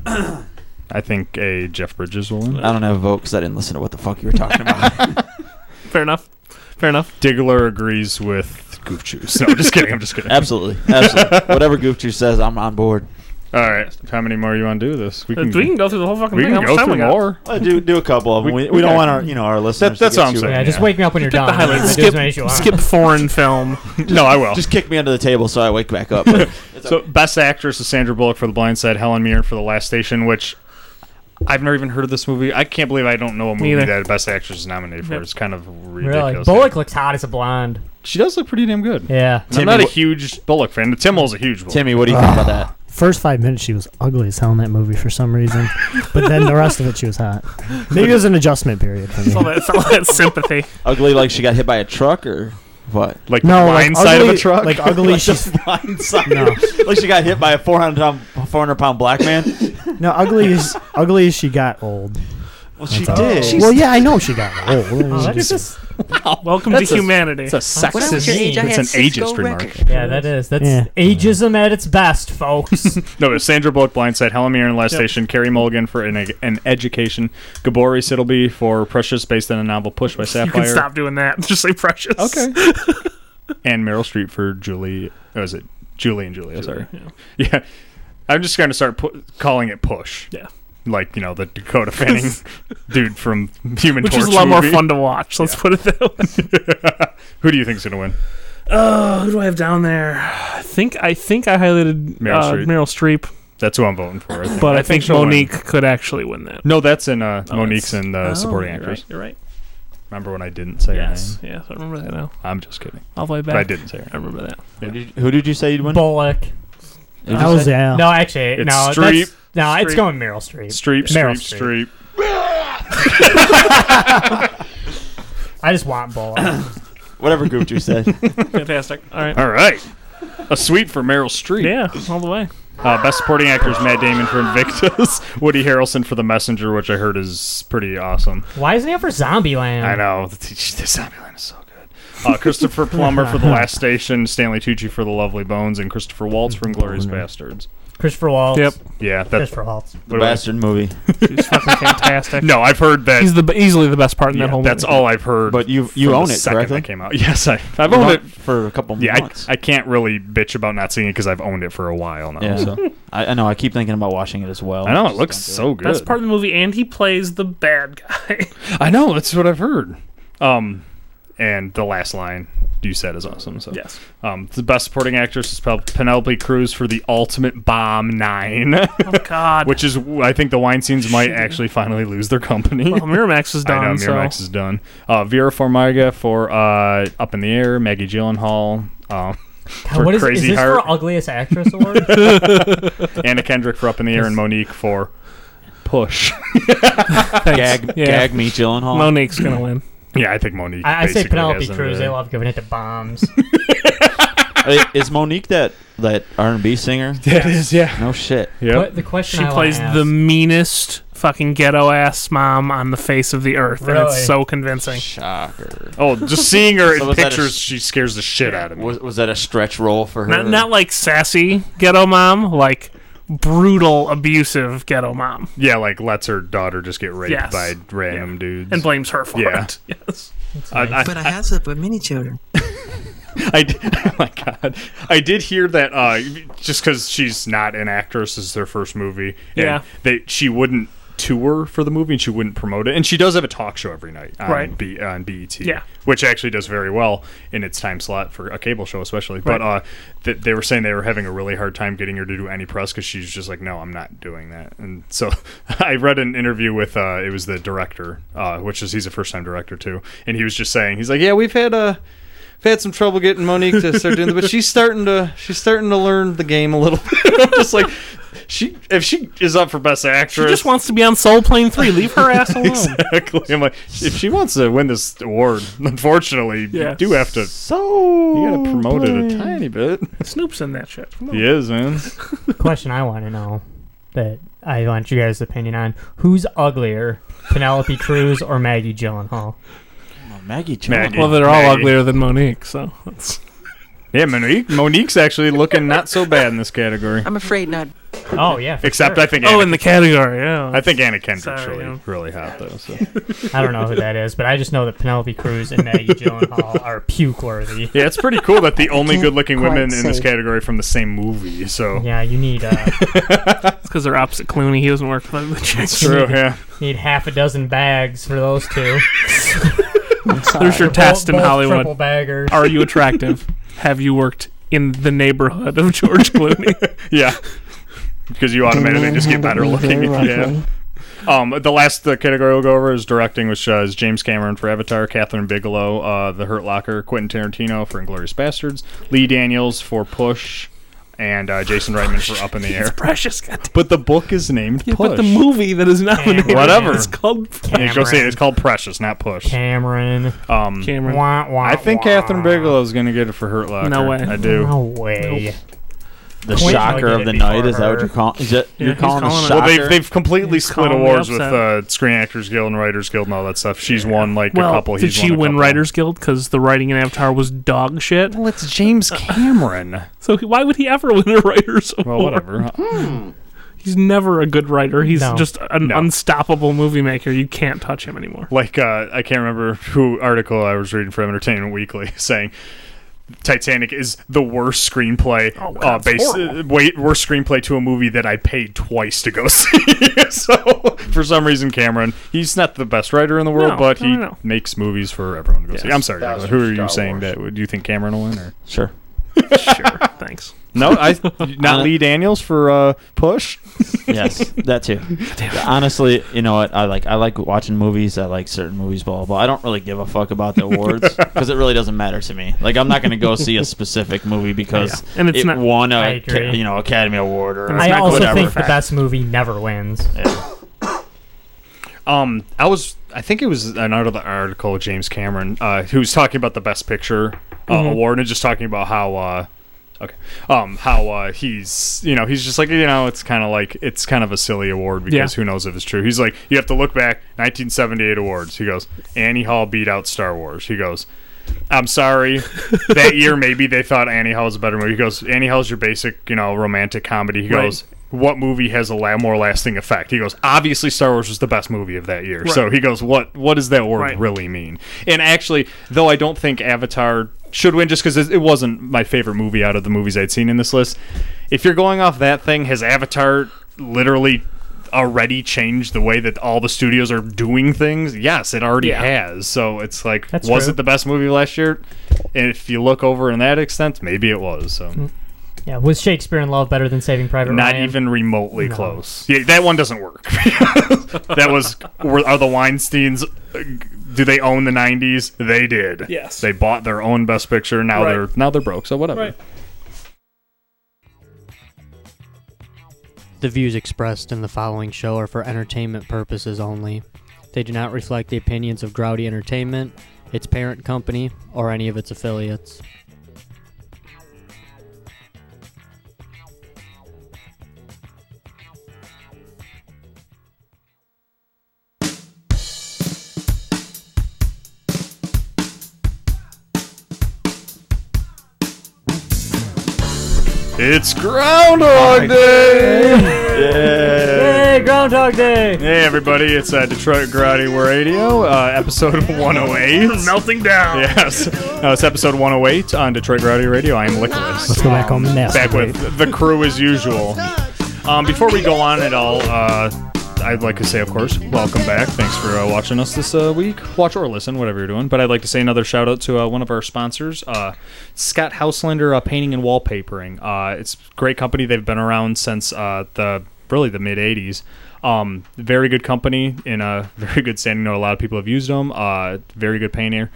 I think a Jeff Bridges will win.
I don't have a vote because I didn't listen to what the fuck you were talking about.
Fair enough. Fair enough.
Diggler agrees with Goof Juice. No, I'm just kidding. I'm just kidding. All
Absolutely. Absolutely. Whatever Goof Juice says, I'm on board.
right, how many more you want to do this?
Uh, We can go through the whole fucking
we
thing.
can
How
go
much time
through
we got?
more.
Uh, do do a couple of them.
We-
We, we,
we
don't
got-
want our you know our listeners.
that's
to
what
get
I'm
too-
saying.
Yeah, just
Yeah.
wake me up when you're
Skip the
done. and
highlights.
do as many as you
Skip,
want.
skip foreign film.
No, I will.
Just kick me under the table so I wake back up. But
so, Best Actress is Sandra Bullock for The Blind Side, Helen Mirren for The Last Station, which I've never even heard of this movie. I can't believe I don't know a movie
either.
that Best Actress is nominated for.
Yep.
It's kind of ridiculous.
Really? Bullock looks hot as a blonde.
She does look pretty damn good.
Yeah.
And I'm
Timmy,
not a
what-
huge Bullock fan. Tim Hill's a huge Bullock.
Timmy, what do you think about that?
First five minutes, she was ugly as hell in that movie for some reason, but then the rest of it, she was hot. Maybe it was an adjustment period for
It's all
me.
that, it's all that sympathy.
Ugly like she got hit by a truck or what?
Like
No,
the
like
blind side of a
ugly-
truck.
like ugly. she's no,
like she got hit by a 400 pound, 400 pound black man.
no, ugly is ugly. As she got old.
Well, she
That's all.
did.
well, yeah, I know she got old.
Oh, that is
Just-
just,
Welcome
That's
to
a-
humanity.
it's a sexist.
age, I
It's
had
an
six
ageist
gold
remark.
records.
yeah, that is. That's
Yeah.
ageism at its best, folks.
No, but Sandra Bullock, Blindside, Helen Mirren, Last Station, Carrie Mulligan for an, an Education, Gabori Siddleby for Precious, based on a novel Push by
you can
Sapphire,
stop doing that. Just say precious.
Okay. and Meryl Streep for Julie. Oh, is it Julie and Julia? Sorry.
yeah.
Yeah. I'm just going to start pu- calling it Push.
Yeah.
Like, you know, the Dakota Fanning dude from Human
Which
Torch.
is a lot more
movie.
fun to watch. Let's put it that way.
Who do you think's going to win?
Oh, who do I have down there? I think I think I
Meryl
highlighted Meryl, uh,
Streep.
Streep. Meryl Streep,
That's who I'm voting for. I think.
but I, think,
she'll win.
Monique could actually win that.
No, that's in uh,
Oh,
Monique's
it's-
in the
Oh,
supporting
you're
actress.
Right, you're right.
Remember when I didn't say
Yes,
her
yes, I remember that now.
name? I'm just kidding.
I'll play back.
But I didn't say her name.
I remember that.
Who did- Who did you say you'd win?
Bullock.
Who'd you
that was
say?
yeah.
No, actually,
It's
no.
Streep.
That's, no, it's
Streep.
going Meryl Streep.
Streep,
Meryl
Streep, Streep.
I just want Bullock.
Whatever group you said.
Fantastic. All right.
All right. A sweep for Meryl Streep.
Yeah, all the way.
Uh, best supporting actors Matt Damon for Invictus, Woody Harrelson for The Messenger, which I heard is pretty awesome.
Why isn't he up for Zombieland?
I know. The, the zombie land is so good. Uh, Christopher Plummer for The Last Station, Stanley Tucci for The Lovely Bones, and Christopher Waltz from Glorious Bastards.
Christopher Waltz.
Yep.
Yeah, that's
Christopher Waltz.
The bastard movie.
He's fucking fantastic.
No, I've heard that.
he's the easily the best part in
yeah,
that whole.
that's all I've heard.
But you you
from
own
the
it,
second
correctly?
that came out. Yes, I, I've
You
owned
own
it.
for a couple
Yeah, I,
months.
I can't really bitch about not seeing it because I've owned it for a while now.
yeah.
so.
I, I know. I keep thinking about watching it as well.
I know it
Just
looks
don't do
so good.
Best part of the movie, and he plays the bad guy.
I know that's what I've heard. Um, and the last line you said is awesome. So
yes.
Um, the best supporting actress is Pel- Penelope Cruz for the Ultimate Bomb Nine,
Oh, God.
which is I think the wine scenes might actually finally lose their company.
well, Miramax is done.
I know Miramax
so.
is done. Uh, Vera Farmiga for uh, Up in the Air, Maggie Gyllenhaal, um,
God,
For
what is, is
Crazy
this
Heart.
for Ugliest Actress Award?
Anna Kendrick for Up in the Air, and Monique for Push.
it. Gag,
Yeah.
gag me, Gyllenhaal.
Monique's gonna win.
yeah, I think Monique.
I, I say
basically
Penelope
has them
Cruz.
there.
They love giving it to bombs.
Hey, Is Monique that that R and B singer?
That is, yeah.
No shit.
Yep.
But the question
She
I wanna
plays
ask-
the meanest fucking ghetto ass mom on the face of the earth, and
Really?
it's so convincing.
Shocker.
Oh, just seeing her
So
in
was that a
pictures,
s-
she scares the shit out of me.
Was, was that a stretch role for her?
Not not like sassy ghetto mom, like brutal abusive ghetto mom,
Yeah, like lets her daughter just get raped
Yes.
by random dudes.
and blames her for
Yeah.
it. Yes.
I, I,
But I have slept with many children.
I d- oh my god, I did hear that uh, just because she's not an actress, this is their first movie. and
Yeah.
they she wouldn't tour for the movie and she wouldn't promote it, and she does have a talk show every night on
Right.
B, E on BET.
Yeah.
which actually does very well in its time slot for a cable show, especially. But uh, th- they were saying they were having a really hard time getting her to do any press because she's just like, no, I'm not doing that. And so I read an interview with uh, it was the director, uh, which is he's a first time director too, and he was just saying he's like, yeah, we've had a I've had some trouble getting Monique to start doing, that, but she's starting to she's starting to learn the game a little bit. I'm uh, just like she if she is up for best
She
actress.
just wants to be on Soul Plane Three. Leave her ass alone.
exactly. I'm like if she wants to win this award, unfortunately,
Yeah.
you do have to
so.
you got to promote it a tiny bit.
Snoop's in that shit. Come on.
He is man.
question I want to know that I want you guys' opinion on who's uglier, Penelope Cruz or Maggie Gyllenhaal?
Oh, Maggie Gyllenhaal.
Maggie.
Well, they're all
Maggie.
uglier than Monique, so that's
Yeah, Monique. Monique's actually looking not so bad in this category.
I'm afraid not.
Oh yeah, for
Except
sure.
I think
oh,
Anna,
in the category. Yeah,
I think Anna Kendrick's
Sorry,
really
yeah.
really hot though. So.
I don't know who that is, but I just know that Penelope Cruz and Maggie Gyllenhaal are puke worthy.
Yeah, it's pretty cool that the only
can't
good-looking
quite
women in this
say.
category from the same movie. So
Yeah, you need uh,
it's because they're opposite Clooney. He doesn't work for the chicks.
true. Yeah.
need half a dozen bags for those two.
There's your
Both-
test in
both
Hollywood.
Triple baggers.
Are you attractive? Have you worked in the neighborhood of George Clooney?
Yeah. Because you automatically just get better looking.
Very
Yeah.
roughly.
Um, the last uh, category we'll go over is directing, which uh, is James Cameron for Avatar, Catherine Bigelow, uh, The Hurt Locker, Quentin Tarantino for Inglorious Bastards, Lee Daniels for Push, and uh, Jason Reitman for Up in the Air.
Precious, goddamn.
But the book is named
Yeah,
Push.
but the movie that is nominated,
Whatever.
it's called
Yeah, go see it. It's called Precious, not Push.
Cameron.
Um,
Cameron.
Wah, wah,
I think
wah.
Catherine Bigelow's going to get it for Hurt Locker.
No way.
I do.
No way.
The
Quentin
shocker
did
of
it
the
before
night is that what
her.
you're calling? Is that
Yeah,
you're
he's
calling,
calling it.
a shocker?
Well, they've, they've completely
He's
split
calling the
awards with
upset.
uh, Screen Actors Guild and Writers Guild and all that stuff. She's won like
well,
a couple.
did
He's won
she
a
win
couple.
Writers Guild because the writing in Avatar was dog shit?
Well, it's James Cameron.
So he- why would he ever win a Writers Award?
well, whatever.
He's never a good writer. He's
No.
just an
No.
unstoppable movie maker. You can't touch him anymore.
like uh, I can't remember who article I was reading from Entertainment Weekly saying Titanic is the worst screenplay
Oh,
uh, based uh, wait worst screenplay to a movie that I paid twice to go see. so for some reason, Cameron, he's not the best writer in the world,
No,
but
no,
he
no, no.
makes movies for everyone to go see. I'm sorry,
That was
Douglas, who
from
are you
Star
saying
Wars.
that? would- Do you think Cameron will win? Or?
sure.
sure, thanks.
No, I not Lee Daniels for uh, Push.
yes, that too. Honestly, you know what? I like I like watching movies. I like certain movies, blah blah. blah. I don't really give a fuck about the awards because it really doesn't matter to me. Like I'm not going to go see a specific movie because
Yeah. And it's
it
not-
won
I
a
agree.
ca- you know Academy Award or
And it's
I
not
also
whatever.
think the best movie never wins.
Um, I was, I think it was an article, article James Cameron, uh, who was talking about the Best Picture uh, award and just talking about how, uh, okay, um, how uh, he's, you know, he's just like, you know, it's kind of like it's kind of a silly award because
Yeah.
who knows if it's true. He's like, you have to look back, 1978 awards. He goes, Annie Hall beat out Star Wars. He goes. I'm sorry. That year, maybe they thought Annie Hall was a better movie. He goes, Annie Hall's your basic, you know, romantic comedy. He
Right.
goes, what movie has a la- more lasting effect? He goes, obviously, Star Wars was the best movie of that year. So he goes, what What does that word
Right.
really mean? And actually, though I don't think Avatar should win, just because it it wasn't my favorite movie out of the movies I'd seen in this list. If you're going off that thing, has Avatar literally already changed the way that all the studios are doing things? Yes, it already
Yeah.
has. So it's like,
That's
was
true.
it the best movie last year? And if you look over in that extent, maybe it was. So.
Mm-hmm. Yeah, was Shakespeare in Love better than Saving Private
Not
Ryan?
even remotely
No.
close. Yeah, that one doesn't work. that was were, are the Weinstein's. uh, Do they own the '90s? They did.
Yes.
They bought their own Best Picture. Now
Right.
they're now they're broke. So whatever.
Right.
The views expressed in the following show are for entertainment purposes only. They do not reflect the opinions of Growdy Entertainment, its parent company, or any of its affiliates.
It's Groundhog Day. Yeah.
Hey, Groundhog Day!
Hey everybody, it's uh, Detroit Karate Radio, uh, episode 108.
Melting down.
Yes, no, it's episode 108 on Detroit Karate Radio. I am Licorice.
Let's go back on that.
back with the crew as usual. Um, before we go on at all, uh, I'd like to say, of course, welcome back. Thanks for uh, watching us this uh, week. Watch or listen, whatever you're doing. But I'd like to say another shout out to uh, one of our sponsors, uh, Scott Houselander uh, Painting and Wallpapering. Uh, it's a great company. They've been around since uh, the really the mid 80s. Um, very good company in a very good standing. I know a lot of people have used them. Uh, very good painter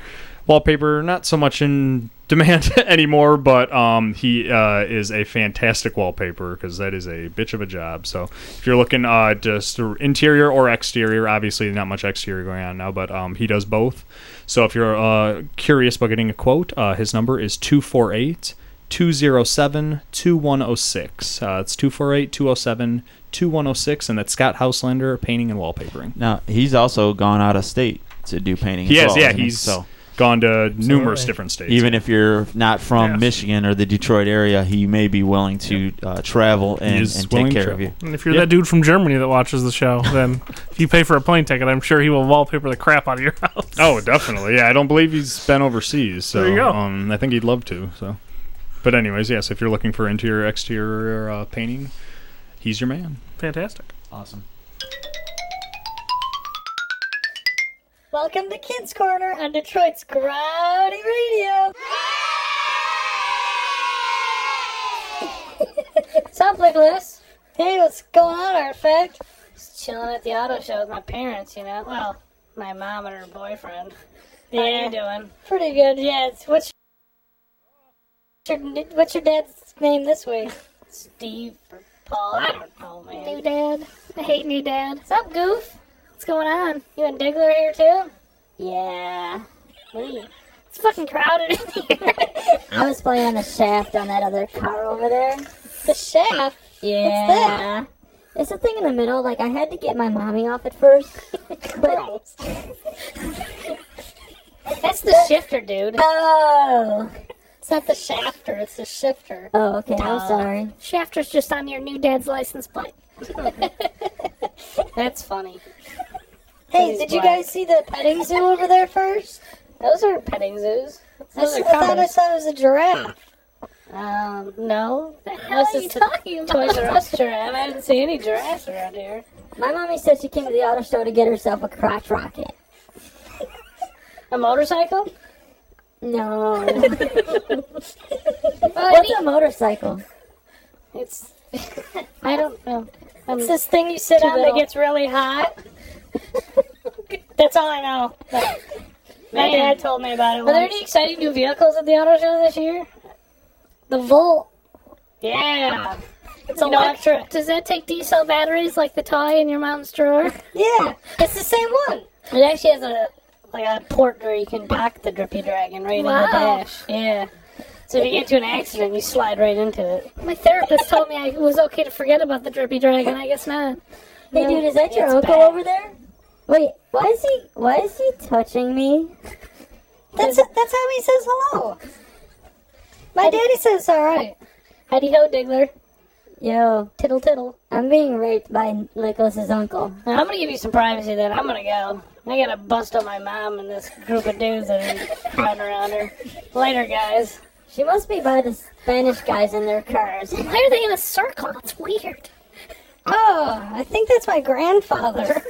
wallpaper not so much in demand anymore but um he uh is a fantastic wallpaper because that is a bitch of a job so if you're looking uh just through interior or exterior obviously not much exterior going on now but um he does both so if you're uh curious about getting a quote uh his number is 248 207 2106 uh it's 248 207 2106 and that's scott houselander painting and wallpapering
Now he's also gone out of state to do painting. as
he has
well,
yeah
hasn't he?
he's
so.
gone to numerous
Absolutely.
different states
Even if you're not from
Yes.
Michigan or the Detroit area, he may be willing to uh, travel and,
is
and
willing
take
to
care of
travel.
you.
And if you're
Yeah.
that dude from Germany that watches the show, then if you pay for a plane ticket, I'm sure he will wallpaper the crap out of your house.
Oh, definitely. Yeah, I don't believe he's been overseas. So,
There you go.
Um, I think he'd love to. So, but anyways, yes. If you're looking for interior, exterior uh, painting, he's your man.
Fantastic.
Awesome.
Welcome to Kids Corner on Detroit's Growdy Radio. Sounds like this. Hey, what's going on, Artifact? chilling at the auto show with my parents, you know? Well, my mom and her boyfriend. How are you doing? Pretty good, yes. What's your, what's your dad's name this week? Steve or Paul? I don't know, man.
New dad. I hate new dad.
What's up, Goof? What's going on? You and Diggler here, too? Yeah.
It's fucking crowded in here.
I was playing on the shaft on that other car over there.
the shaft.
Yeah.
It's the thing in the middle. Like I had to get my mommy off at first, but
That's the shifter, dude.
oh, it's not the shafter. It's the shifter. Oh, okay. I'm
Duh.
sorry. Shafter's just on your new dad's license plate.
That's funny.
Hey,
He's
did you
black.
guys see the petting zoo over there first?
Those are petting zoos.
I,
Those
s-
are
I thought I
colors.
saw it was a giraffe.
Um, no.
hell
This
are
is
you
the
talking
Toys R
about?
Us giraffe. I didn't see any giraffes around here.
My mommy said she came to the auto show to get herself a crotch rocket.
A motorcycle?
No. What's a motorcycle?
It's. I don't know.
It's this thing you sit
Too
on that
little.
gets really hot.
That's all I know. But
My
Man.
dad told me about it.
Are there
Once.
any exciting new vehicles at the auto show this year?
The Volt.
Yeah.
It's
You know,
electric.
I-
Does that take diesel batteries like the toy in your mom's drawer?
Yeah. It's the same one. It actually has a like a port where you can dock the drippy dragon right in the
Wow.
dash. Yeah. So if you get into an accident, you slide right into it.
My therapist told me I- it was okay to forget about the drippy dragon. I guess not.
Hey, dude, is that your uncle over
there?
Wait, why is he why is he touching me?
That's that's how he says hello. My daddy says all right.
Howdy ho, Diggler.
Yo, tittle tittle. I'm being raped by Nicholas's uncle.
I'm gonna give you some privacy then. I'm gonna go. I gotta bust up my mom and this group of dudes that are running around her. Later, guys.
She must be by the Spanish guys in their cars.
Why are they in a circle?
That's weird.
Oh, I think that's my grandfather.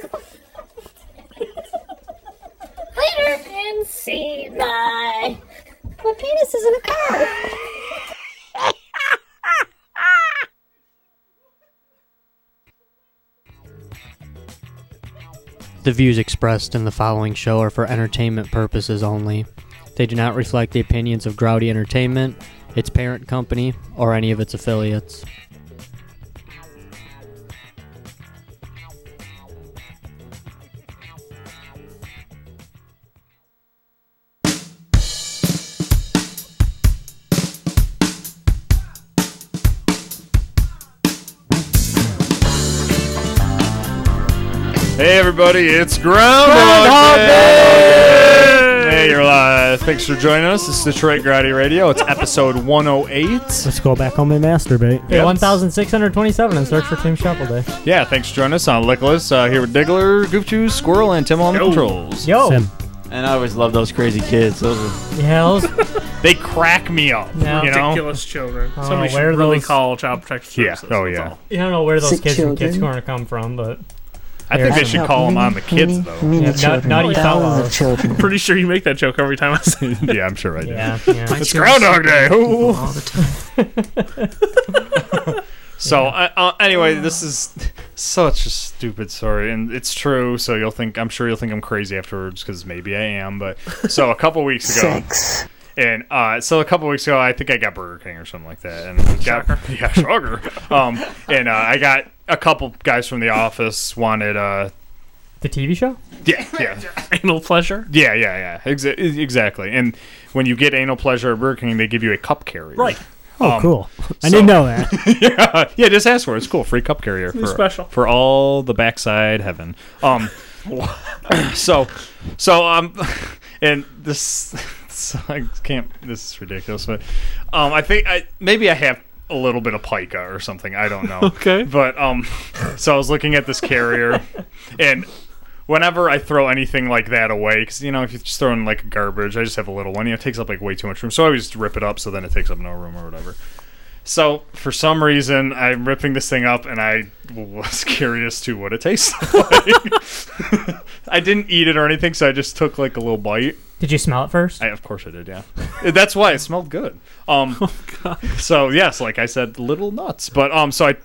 Later and see. Bye. My penis is in a car.
The views expressed in the following show are for entertainment purposes only. They do not reflect the opinions of Growdy Entertainment, its parent company, or any of its affiliates.
Hey everybody, it's Groundhog,
Groundhog
Day! Hey, you're live. Thanks for joining us. This is Detroit Grotty Radio. It's episode 108.
Let's go back home and masturbate.
Yeah,
Yep.
1,627 and search for Tim Shovelday.
Yeah, thanks for joining us on Lickless. Uh, here with Diggler, Goof Juice, Squirrel, and Tim on the controls.
Yo.
Sim.
And I always love those crazy kids. Those are,
Yeah, those-
They crack me up.
No.
You know?
Ridiculous children.
Oh,
Somebody should
where are
really
those-
call child protective
Yeah.
services.
Oh
that's
yeah.
all.
you don't know where those
Sick
kids from Kids
children.
Corner come from, but
I think they
Yeah.
should call them on the kids
Many,
though.
Many
Yeah,
children.
nut- nutty
thousands of
fellows.
children.
Pretty sure you make that joke every time I say it.
yeah, I'm sure I do.
yeah, yeah.
It's Groundhog Day. Ooh. So uh, uh, anyway, this is such a stupid story, and it's true. So you'll think I'm sure you'll think I'm crazy afterwards because maybe I am. But so a couple weeks ago,
Sex.
and uh, so a couple weeks ago, I think I got Burger King or something like that, and we got yeah, sugar. Um, and uh, I got a couple guys from the office wanted uh,
The TV show?
yeah, yeah,
Anal pleasure.
yeah, yeah, yeah, exa- exactly. And when you get anal pleasure at Burger King, they give you a cup carrier.
Right.
Oh,
Um,
cool. I
so-
didn't know that.
yeah, yeah, just ask for it. It's cool. Free cup carrier for
special.
for all the backside heaven. Um, so, so um, and this, so I can't. This is ridiculous, but um, I think I maybe I have a little bit of pica or something. I don't know.
Okay.
but um, so I was looking at this carrier, and. Whenever I throw anything like that away, because you know, if you just throw in like garbage, I just have a little one. You know, it takes up like way too much room, so I always rip it up, so then it takes up no room or whatever. So for some reason, I'm ripping this thing up, and I was curious to what it tastes like. I didn't eat it or anything, so I just took like a little bite,
Did you smell it first?
I, of course I did. Yeah, that's why it smelled good. Um, so yes, like I said, little nuts. But um, so I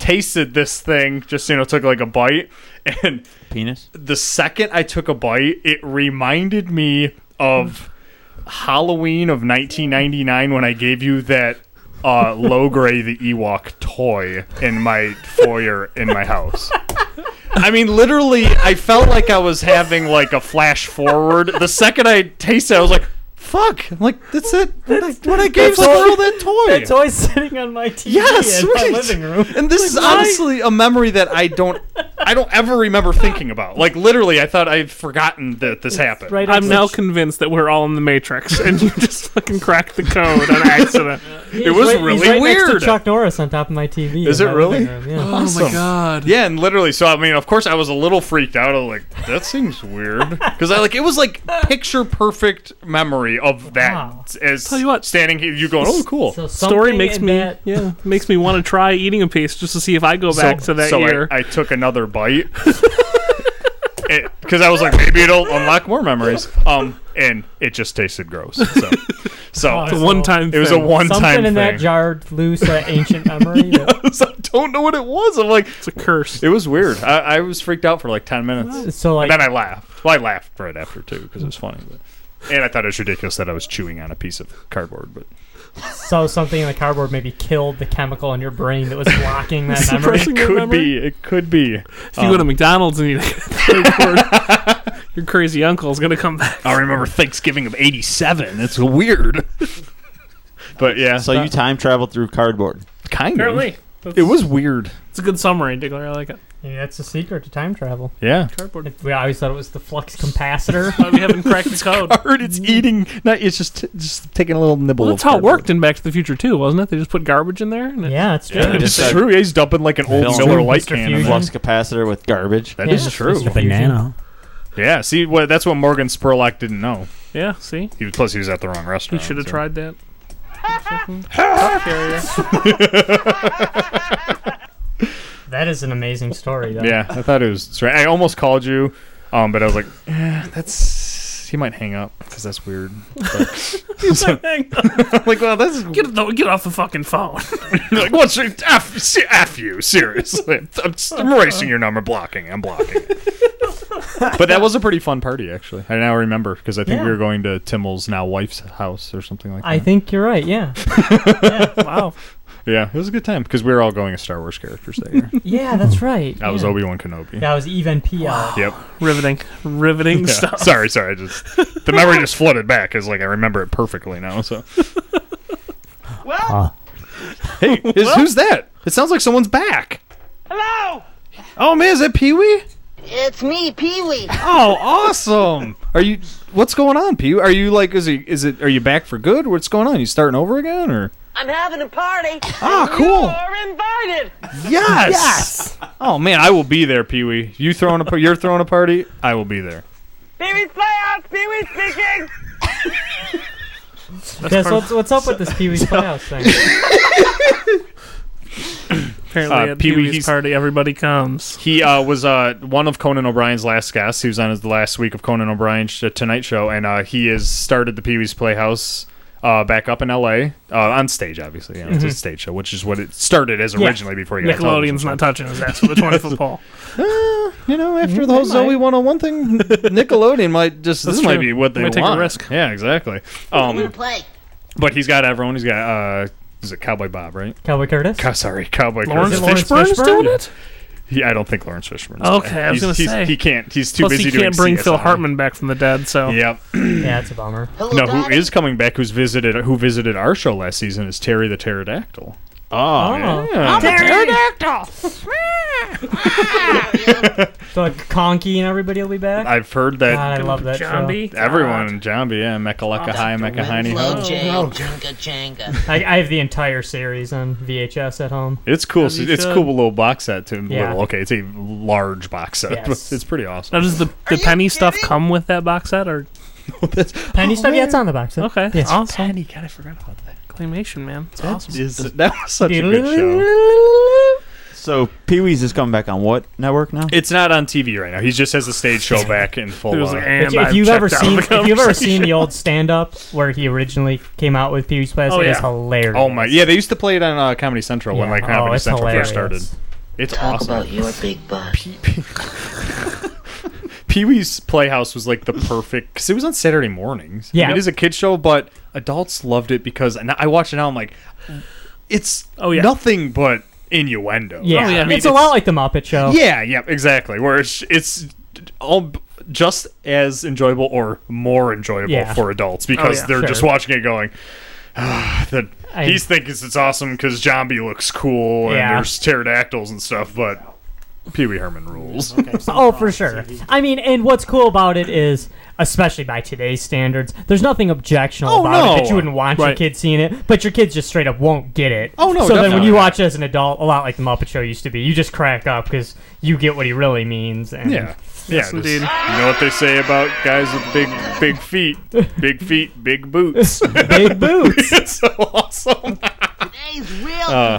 tasted this thing. Just you know, took like a bite, and
penis.
The second I took a bite, it reminded me of Halloween of 1999 when I gave you that uh, low gray the Ewok toy in my foyer in my house. I mean, literally, I felt like I was having like a flash forward. The second I tasted, it, I was like, "Fuck!" I'm like that's it. What I, what I gave
that's all-
Squirrel that toy.
That's always sitting on my TV
Yes,
in my
right.
living room.
And this
Like,
is
why-
honestly a memory that I don't, I don't ever remember thinking about. Like literally, I thought I'd forgotten that this happened.
right
I'm now convinced that we're all in the Matrix, and you just fucking cracked the code on accident.
It was
He's right-
really
he's right Next
weird.
to Chuck Norris on top of my TV.
Is
in
it
Oh my
really?
living room, yeah.
god! Yeah, and literally, so I mean, of course, I was a little freaked out. I was like, "That seems weird," because I like it was like picture perfect memory of that. As tell you what, standing here, you going, "Oh, cool."
So
Story
something
makes
in
me
that-
yeah makes me want to try eating a piece just to see if I go back to that
so
year.
I, I took another bite because I was like, maybe it'll unlock more memories. Um, and it just tasted gross. So, so
It's a one-time
It was a
thing.
one-time
Something in
thing.
that jarred loose uh, ancient memory. that-
I don't know what it was. I'm like,
it's a curse.
it was weird. I, I was freaked out for like ten minutes.
So like,
and then I laughed. Well, I laughed right after too because it was funny. But. And I thought it was ridiculous that I was chewing on a piece of cardboard, but
so something in the cardboard maybe killed the chemical in your brain that was blocking that memory.
Suppressing
it
your
could
memory?
be. It could be.
If you go to McDonald's and you cardboard, your crazy uncle's gonna come back.
I remember Thanksgiving of '87. It's weird. but yeah,
So you time traveled through cardboard.
kind of.
Apparently,
It was weird.
It's a good summary, Diggler. I like it.
Maybe that's the secret to time travel.
Yeah.
Cardboard.
We always thought it was the flux capacitor.
Why we haven't cracked the code?
Hard. It's eating. Not. It's just just taking a little nibble.
Well, that's how it worked in Back to the Future too, wasn't it? They just put garbage in there. And it-
yeah, it's true.
Yeah,
It's
Just a
true. yeah, He's dumping like an old
film.
Miller
True,
Light
Mr.
can.
Fusion.
in
Flux capacitor with garbage.
That
Yeah,
is
it's
true.
just-
Banana.
Yeah. See, well, that's what Morgan Spurlock didn't know.
yeah. See,
He was, plus he was at the wrong
you
restaurant.
should have
so.
tried that.
That is an amazing story, though.
Yeah, I thought it was. that's right. I almost called you, um, but I was like, eh, that's he might hang up because that's weird. But-
Hang on.
like, well, that's
Get, the, get off the fucking phone.
like what's your- f, se- f you seriously? I'm, s- I'm erasing your number, blocking. I'm blocking. it. but that was a pretty fun party, actually. I now remember because I think we
Yeah.
were going to Timmel's now wife's house or something like that.
I think you're right. Yeah. yeah. Wow.
yeah, it was a good time because we were all going as Star Wars characters that year.
Yeah, that's right.
I was
yeah.
Obi Wan Kenobi.
Mm-hmm. That was even PL.
Yep.
riveting, riveting
Yeah.
stuff.
Sorry, sorry. I just the memory just flooded back because like I remember it perfectly now. So.
Well,
Hey, is, who's that? It sounds like someone's back.
hello.
Oh man, is that Pee Wee?
It's me, Pee Wee.
Oh, awesome. Are you? What's going on, Pee? Wee? Are you like? Is it? Is it? Are you back for good? What's going on? You starting over again or?
I'm having a party.
Ah, cool.
You're invited.
Yes. Yes. Oh man, I will be there, Pee Wee. You throwing a? par- You're throwing a party. I will be there.
Pee Wee's Playhouse. Pee Wee speaking.
Yes, what's, what's up with this Pee Wee's Playhouse thing?
Apparently,
Uh,
at
Pee
Pee
Wee,
Wee's
he's-
party, everybody comes.
He uh, was uh, one of Conan O'Brien's last guests. He was on his the last week of Conan O'Brien's sh- Tonight Show, and uh, he has started the Pee Wee's Playhouse uh, back up in L.A. Uh, on stage, obviously. You know, It's a stage show, which is what it started as
Yeah.
originally before he got a television
Mm-hmm. Nickelodeon's
show.
not touching his ass with a 20 foot pole.
Eh, You know,
Mm,
after the whole Zoe 101 thing, Nickelodeon might just
That's
this might
true.
be what they
Might take a
want.
risk.
Yeah, exactly. Um,
Play.
but he's got everyone. He's got uh, is it Cowboy Bob, right?
Cowboy Curtis?
Co- sorry, Cowboy. Curtis.
Lawrence
Lawrence
Fishburne's doing
Fishburne?
it.
He, I don't think Lawrence Fishburne.
Okay, I was gonna say.
he can't. He's too
Plus,
busy
he
doing
can't bring Phil
CSI.
Hartman back from the dead. So
Yep.
yeah, it's a bummer.
Hello,
No, who is coming back? Who's visited? Who visited our show last season? Is Terry the pterodactyl?
Oh,
Oh.
Yeah.
So like, Conky and everybody will be back?
I've heard
God, I
that
love that show.
Zombie.
everyone in Jambi, yeah, Mechaleka High, Mechalini Ho.
Jane, Jenga, Jenga.
I, I have the entire series on VHS at home.
It's cool.
As you
it's
should.
cool little box set too.
Yeah.
Little, okay, it's a large box set,
Yes.
but it's pretty
Now,
awesome.
does the, the penny stuff come with that box set? Or
Penny stuff, yeah, it's on the box. set.
okay,
Yes.
awesome. Penny, God, I forgot about that. Claymation, man, it's awesome.
Is- that was such a good show.
Diddle-diddle-diddle.
So Pee Wee's is coming back on what network now?
It's not on TV right now. He just has the stage show back in full.
It was
uh,
like,
If, if you've ever seen, if you've ever seen the old stand-up where he originally came out with Pee Wee's Playhouse, it is hilarious.
Oh my! Yeah, they used to play it on uh, Comedy Central when
Yeah.
like
Oh,
Comedy
it's
Central
hilarious.
first started. It's
Talk
awesome.
about your big butt.
Pee Wee's Playhouse was like the perfect because it was on Saturday mornings. I mean,
Yeah.
it is a kid show, but adults loved it because and I watch it now. I'm like, it's oh yeah. nothing but innuendo.
Yeah,
Oh, I mean,
it's a lot like the Muppet Show.
Yeah, yeah, exactly. Where it's it's all b- just as enjoyable or more enjoyable
Yeah.
for adults because
Oh, yeah.
they're just
Sure.
watching it going. "Ah, that
I-
he's thinking it's awesome because Jambi looks cool and
Yeah.
there's pterodactyls and stuff, but Pee Wee Herman rules.
Oh, for sure. I mean, and what's cool about it is, especially by today's standards, there's nothing objectionable
Oh,
about it
no.
that you wouldn't want your
Right.
kids seeing it, but your kids just straight up won't get it.
Oh, no,
So then when
definitely.
you watch it as an adult, a lot like the Muppet Show used to be, you just crack up because you get what he really means. And
Yeah. Yeah, it is. You know what they say about guys with big, big feet, big feet, big boots,
big boots.
it's so awesome. Uh,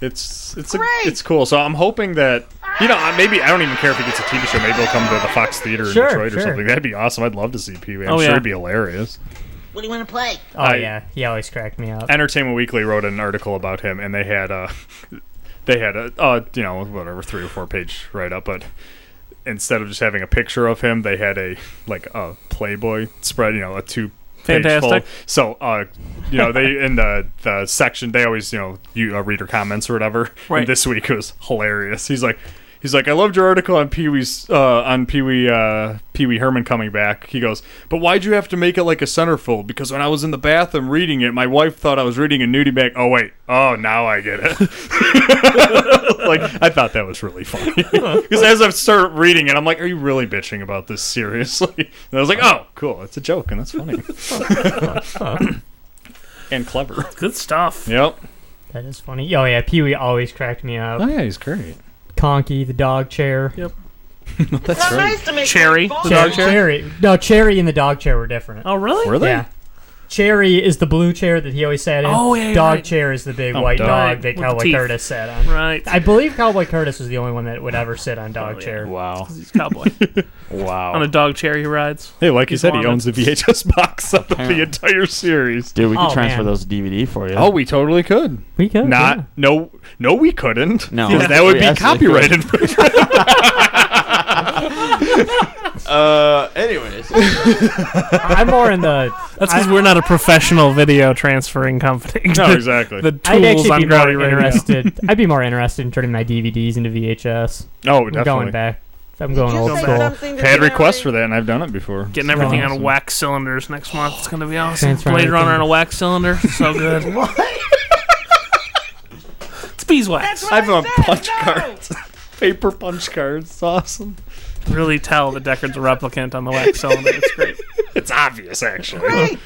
It's it's a, it's cool. So I'm hoping that you know I- maybe I don't even care if it gets a TV show. Maybe it'll come to the Fox Theater in
Sure,
Detroit or
sure.
something. That'd be awesome. I'd love to see Pee Wee. I'm
Oh,
sure
yeah.
it'd be hilarious.
What do you want to play?
Oh,
I-
yeah. He always cracked me up.
Entertainment Weekly wrote an article about him, and they had a, they had a, uh, you know, whatever three or four page write up, but instead of just having a picture of him, they had a like a Playboy spread, you know, a two. page full.
Fantastic.
So, uh, you know, they in the the section they always, you know, you uh, reader comments or whatever.
Right.
And this week it was hilarious. He's like, he's like, I loved your article on Pee Wee's uh, on Pee Wee uh, Pee Wee Herman coming back. He goes, but why'd you have to make it like a centerfold? Because when I was in the bathroom reading it, my wife thought I was reading a nudie bag. Oh wait, oh now I get it. like I thought that was really funny because as I start reading it, I'm like, "Are you really bitching about this seriously?" And I was like, "Oh, cool, it's a joke, and that's funny and clever."
Good stuff.
Yep.
That is funny. Oh, yeah. Pee Wee always cracked me up.
Oh yeah, he's great.
Conky, the dog chair. Yep.
That's right.
Cherry, the dog chair.
Cherry. No, Cherry and the dog chair were different.
Oh, really?
Were they?
Yeah. Cherry is the blue chair that he always sat in.
Oh, yeah, you're
Dog
right.
chair is the big
Oh,
white
dog.
dog that
With the
Cowboy
teeth.
Curtis sat on.
Right.
I believe Cowboy Curtis was the only one that would ever sit on
Oh,
dog chair.
Wow.
He's a cowboy on
Wow.
a dog chair. He rides.
Hey, like you
He's
said, he
wanted.
owns the VHS box of the
Apparently.
entire series.
Dude, we could
Oh,
transfer
man.
those to DVD for you.
Oh, we totally could.
We could.
Not
yeah.
no no we couldn't.
No.
'Cause that would
We
be
absolutely
copyrighted.
Uh, anyways.
I'm more in the.
That's because we're not a professional video transferring company.
no, exactly.
The tools
I'd actually
on
be more
Grouty Radio.
interested. I'd be more interested in turning my DVDs into VHS.
oh,
I'm
definitely.
going back. I'm going old
say
school.
something
Had requests for that, and I've done it before.
Getting everything on
Awesome.
wax cylinders next month. It's gonna be awesome.
Transfer
Blade Runner on
everything.
a wax cylinder. So good. it's beeswax.
I've on punch cards, paper punch cards. It's awesome.
really tell that Deckard's a replicant on the wax cylinder. It's great.
It's obvious, actually.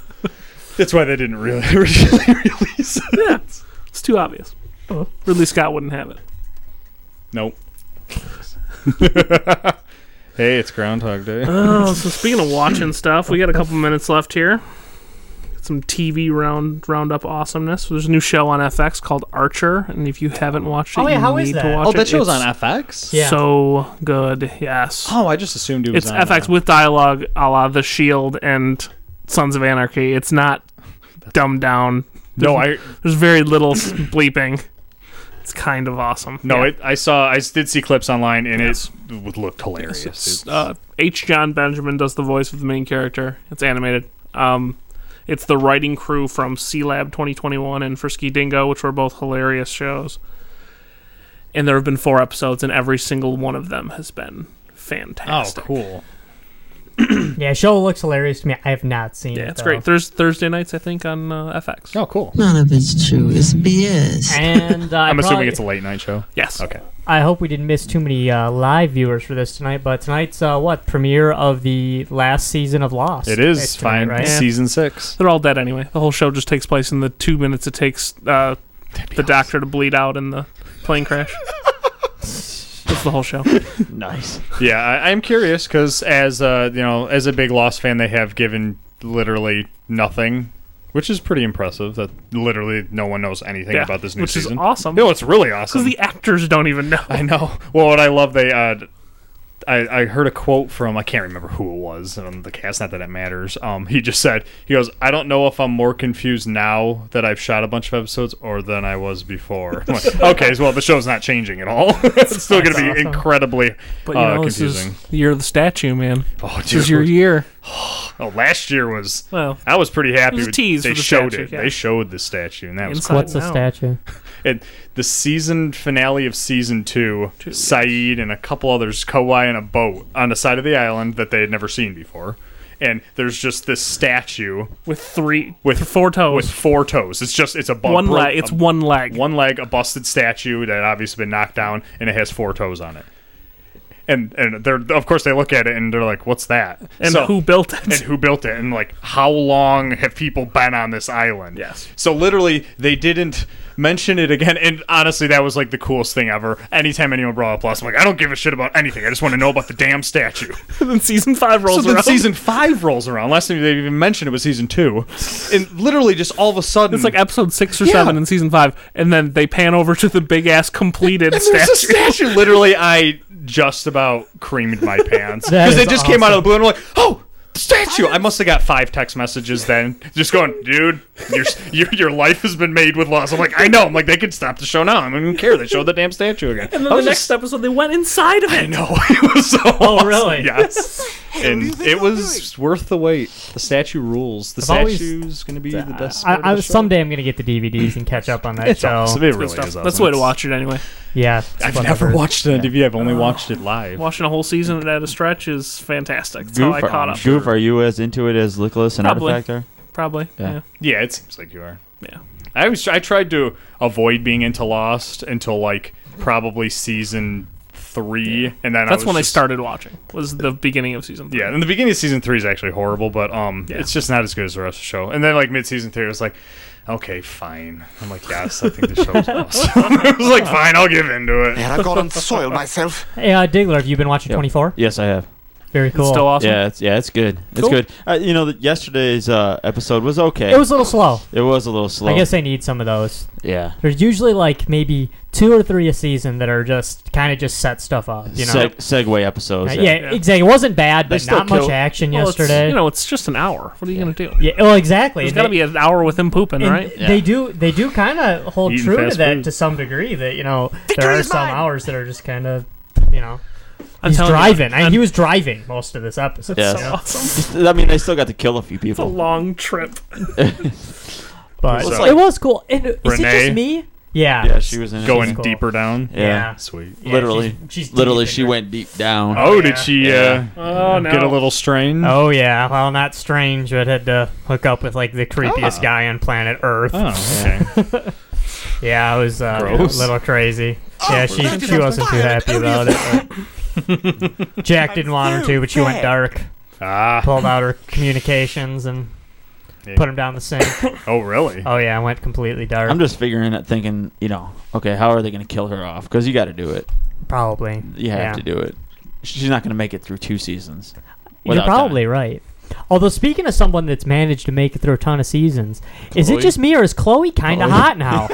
That's why they didn't really originally release it.
Yeah, it's, it's too obvious. Ridley Scott wouldn't have it.
Nope. hey, it's Groundhog Day.
Oh, so speaking of watching stuff, we got a couple minutes left here. Got some TV round roundup awesomeness. There's a new show on FX called Archer, and if you haven't watched it,
Oh, yeah,
you
how
need
is
to
that?
watch it. It's
FX.
Yeah.
So good, yes.
Oh, I just assumed it was.
it's
on,
FX
uh,
with dialogue, a la The Shield and Sons of Anarchy. It's not dumbed down.
no, I
There's very little s- bleeping. It's kind of awesome.
no,
Yeah.
it, I saw. I did see clips online, and
Yes.
it would look hilarious.
Yes. Uh, H. John Benjamin does the voice of the main character. It's animated. Um, it's the writing crew from C Lab 2021 and Frisky Dingo, which were both hilarious shows. And there have been four episodes, and every single one of them has been
oh,
fantastic.
cool.
Yeah, show looks hilarious to me. I have not seen it.
Yeah, it's
though.
great. There's Thursday nights, I think, on uh, FX.
Oh, cool.
None of it's true. It's BS.
And uh, I
I'm
probably-
assuming it's a late night show.
Yes.
Okay.
I hope we didn't miss too many uh, live viewers for this tonight, but tonight's uh, what premiere of the last season of Lost.
It is
It's tonight,
fine.
right?
Season six.
They're all dead anyway. The whole show just takes place in the two minutes it takes uh, the doctor to bleed out in the plane crash. That's the whole show.
nice.
Yeah, I, I'm curious because as uh, you know, as a big Lost fan, they have given literally nothing Which is pretty impressive that literally no one knows anything
Yeah,
about this new
which is
season.
awesome.
No, it's really awesome.
Because the actors don't even know.
I know. Well, what I love, they, uh, I, I heard a quote from, I can't remember who it was on the cast, not that it matters. Um, he just said, he goes, I don't know if I'm more confused now that I've shot a bunch of episodes or than I was before. I'm like, okay, so, well, the show's not changing at all. it's still going to be
That's awesome.
incredibly
But you
uh,
know, this
confusing.
is the year of the statue, man.
Oh,
This is
dude.
your year.
Oh, last year was.
Well,
I was pretty happy.
it was a
with,
tease
they
for the
showed
statue,
it.
yeah.
They showed the statue, and that was
Inside
What's the
now.
statue?
and the season finale of season two, Saeed and a couple others, Kawhi in a boat on the side of the island that they had never seen before. And there's just this statue
With three,
with
four toes.
With four toes. It's just it's a bu-
One
bro-
leg- it's
a-
one leg.
One leg, a busted statue that had obviously been knocked down, and it has four toes on it. And and they're of course they look at it and they're like, "What's that?"
And who built it?
And who built it? And like, how long have people been on this island?
Yes.
So literally, they didn't mention it again. And honestly, that was like the coolest thing ever. Anytime anyone brought up Lost, I'm like, I don't give a shit about anything. I just want to know about the damn statue.
then season five
so
rolls
then
around.
season five rolls around. Last time they even mentioned it was season two, and literally just all of a sudden,
it's like episode six or
Yeah.
seven in season five, and then they pan over to the big ass completed
And
statue.
there's a statue. Literally, I just about creamed my pants
That
because they
is
just came out of
awesome.
the blue and were like, "Oh, the statue!" I must have got five text messages then, just going, "Dude, your your, your life has been made with loss." I'm like, "I know." I'm like, "They could stop the show now. I don't even care. They showed the damn statue again."
And then
I
the
was
next
just-
episode, they went inside of it.
Oh, I know it was so.
Oh,
awesome.
really?
Yes. And it was worth the wait. The statue rules. The
I've always-
statue's gonna be the best.
I,
part
I,
of the show.
someday I'm gonna get the DVDs and catch up on that
It's
show.
awesome. It really
Good stuff.
is.
That's the way to watch it anyway.
Yeah, it's
I've
whatever.
never watched it on DVD. I've only watched it live.
Watching a whole season at a stretch is fantastic. That's how I
Goof,
caught up.
are, Goof, are you as into it as Nicholas and
Probably.
Artifact are?
Probably.
Yeah.
Yeah.
Yeah, it seems like you are.
Yeah.
I always I tried to avoid being into Lost until like probably season three, and then I
That's
was
when I
just-
started watching. Was the beginning of season. Three.
Yeah, and the beginning of season three is actually horrible, but um, it's just not as good as the rest of the show. And then like mid season three, it was like, okay, fine. I'm like, yes, I think the show's awesome. I was like, fine, I'll give into it.
And I got and soiled myself.
Hey, uh, Diggler, have you been watching
Yep.
24?
Yes, I have.
Very cool.
It's still awesome.
Yeah, it's yeah, it's good. It's
Cool.
good. Uh, you know, the, yesterday's uh, episode was okay.
It was a little slow.
It was a little slow.
I guess they need some of those.
Yeah.
There's usually like maybe two or three a season that are just kind of just set stuff up. You know. Uh,
Seg- segue episodes.
yeah,
Yeah.
yeah, exactly. It wasn't bad,
They
but
still
not much
kill-
action
Well, it's-
yesterday.
you know, it's just an hour. What are you gonna do?
yeah, well, exactly.
There's got to
They-
be an hour with him pooping,
and
right?
Yeah.
They do. They do kind of hold
Eating
true to
fast
that
food.
to some degree. That you know there are some hours that are just kind of you know.
I'm
he's
telling you,
driving. and
I'm-
he was driving most of this episode.
Yeah.
you know?
Awesome.
I mean, they still got to kill a few
It's a
people.
long trip.
But
So-
it was cool. And is it
Renee?
just me? Yeah.
yeah, she was in it.
Going
cool.
deeper down.
Yeah.
Yeah.
Sweet.
Yeah,
literally,
she's- she's
literally,
deep in
she
her-
went deep down.
Oh,
yeah.
did she
Yeah.
uh,
Oh no.
get a little strained?
Oh yeah, well, not strange, but had to hook up with like the creepiest
Ah.
guy on planet Earth.
Oh, okay.
Yeah, it was uh, a
Gross.
little crazy. Yeah, she she wasn't too happy about it. but- Jack didn't want her to, but she went dark,
ah.
pulled out her communications, and put him down the sink.
Oh, really?
Oh yeah, I went completely dark.
I'm just figuring that, thinking, you know, okay, how are they going to kill her off? Because you got to do it.
probably.
You have
yeah.
to do it. She's not going to make it through two seasons.
You're
without
probably
dying.
right. Although speaking of someone that's managed to make it through a ton of seasons, is it
Chloe?
just me or is Chloe kind of
Chloe.
hot now?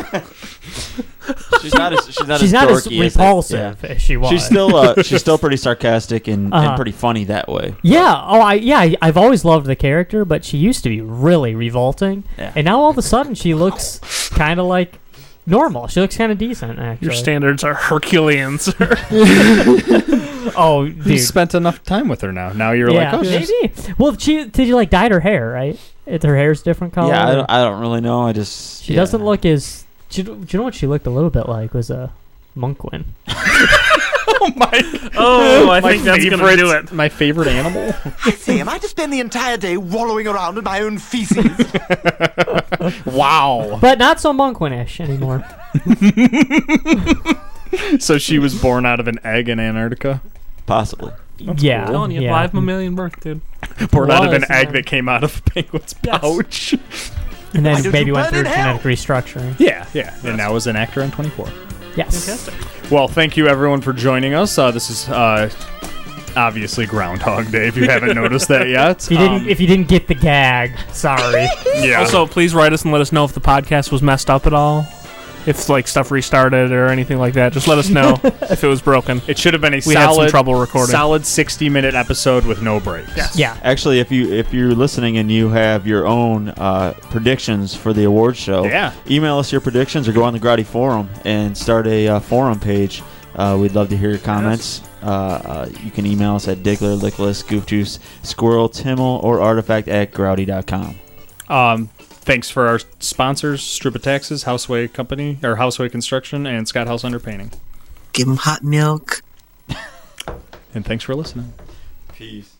She's not as she's not as
She's not as
dorky as they-
repulsive as she
yeah.
was.
She's still uh, she's still pretty sarcastic and,
Uh-huh.
and pretty funny that way.
Yeah. Oh, I yeah. I, I've always loved the character, but she used to be really revolting,
Yeah.
and now all of a sudden she looks kind of like normal. She looks kind of decent, actually.
Your standards are Herculean, sir.
oh, dude.
You spent enough time with her now. Now you're
yeah,
like, oh, she's
maybe. Well, she did. You like dyed her hair, right? It, her hair's different color.
Yeah, I don't, I don't really know. I just
Oh. she
yeah.
doesn't look as. She, do you know what she looked a little bit like? Was a monkwin.
oh, I think that's gonna do it.
My favorite animal.
Say, am I to spend the entire day wallowing around in my own feces?
Wow.
but not so monkwinish anymore.
so she was born out of an egg in Antarctica.
possibly.
yeah.
I'm telling you,
yeah.
live mammalian birth, dude.
Born out of an
Was,
egg
yeah.
that came out of a penguin's
Yes.
pouch.
And
Why
then
don't
maybe
you
went
burn
through
in hell?
genetic restructuring.
Yeah, yeah. And now is an actor on 24.
Yes.
Fantastic.
Well, thank you everyone for joining us. Uh, this is uh, obviously Groundhog Day. If you haven't noticed that yet,
If you didn't,
Um,
if you didn't get the gag, sorry.
Yeah.
Also, please write us and let us know if the podcast was messed up at all. If like stuff restarted or anything like that, just let us know if it was broken.
It should have been a
we
solid,
had some trouble recording.
Solid sixty-minute episode with no breaks.
Yeah.
Actually, if you if you're listening and you have your own uh, predictions for the award show,
Yeah.
email us your predictions or go on the Grotty forum and start a uh, forum page. Uh, we'd love to hear your comments. Uh, uh, you can email us at Dickler, Lickless, Goof Juice, Squirrel, Timmel, or Artifact at Growdy.com.
Um, thanks for our sponsors: Strupa Taxes, Houseway Company or Houseway Construction, and Scott House Underpainting.
Give him hot milk.
And thanks for listening.
Peace.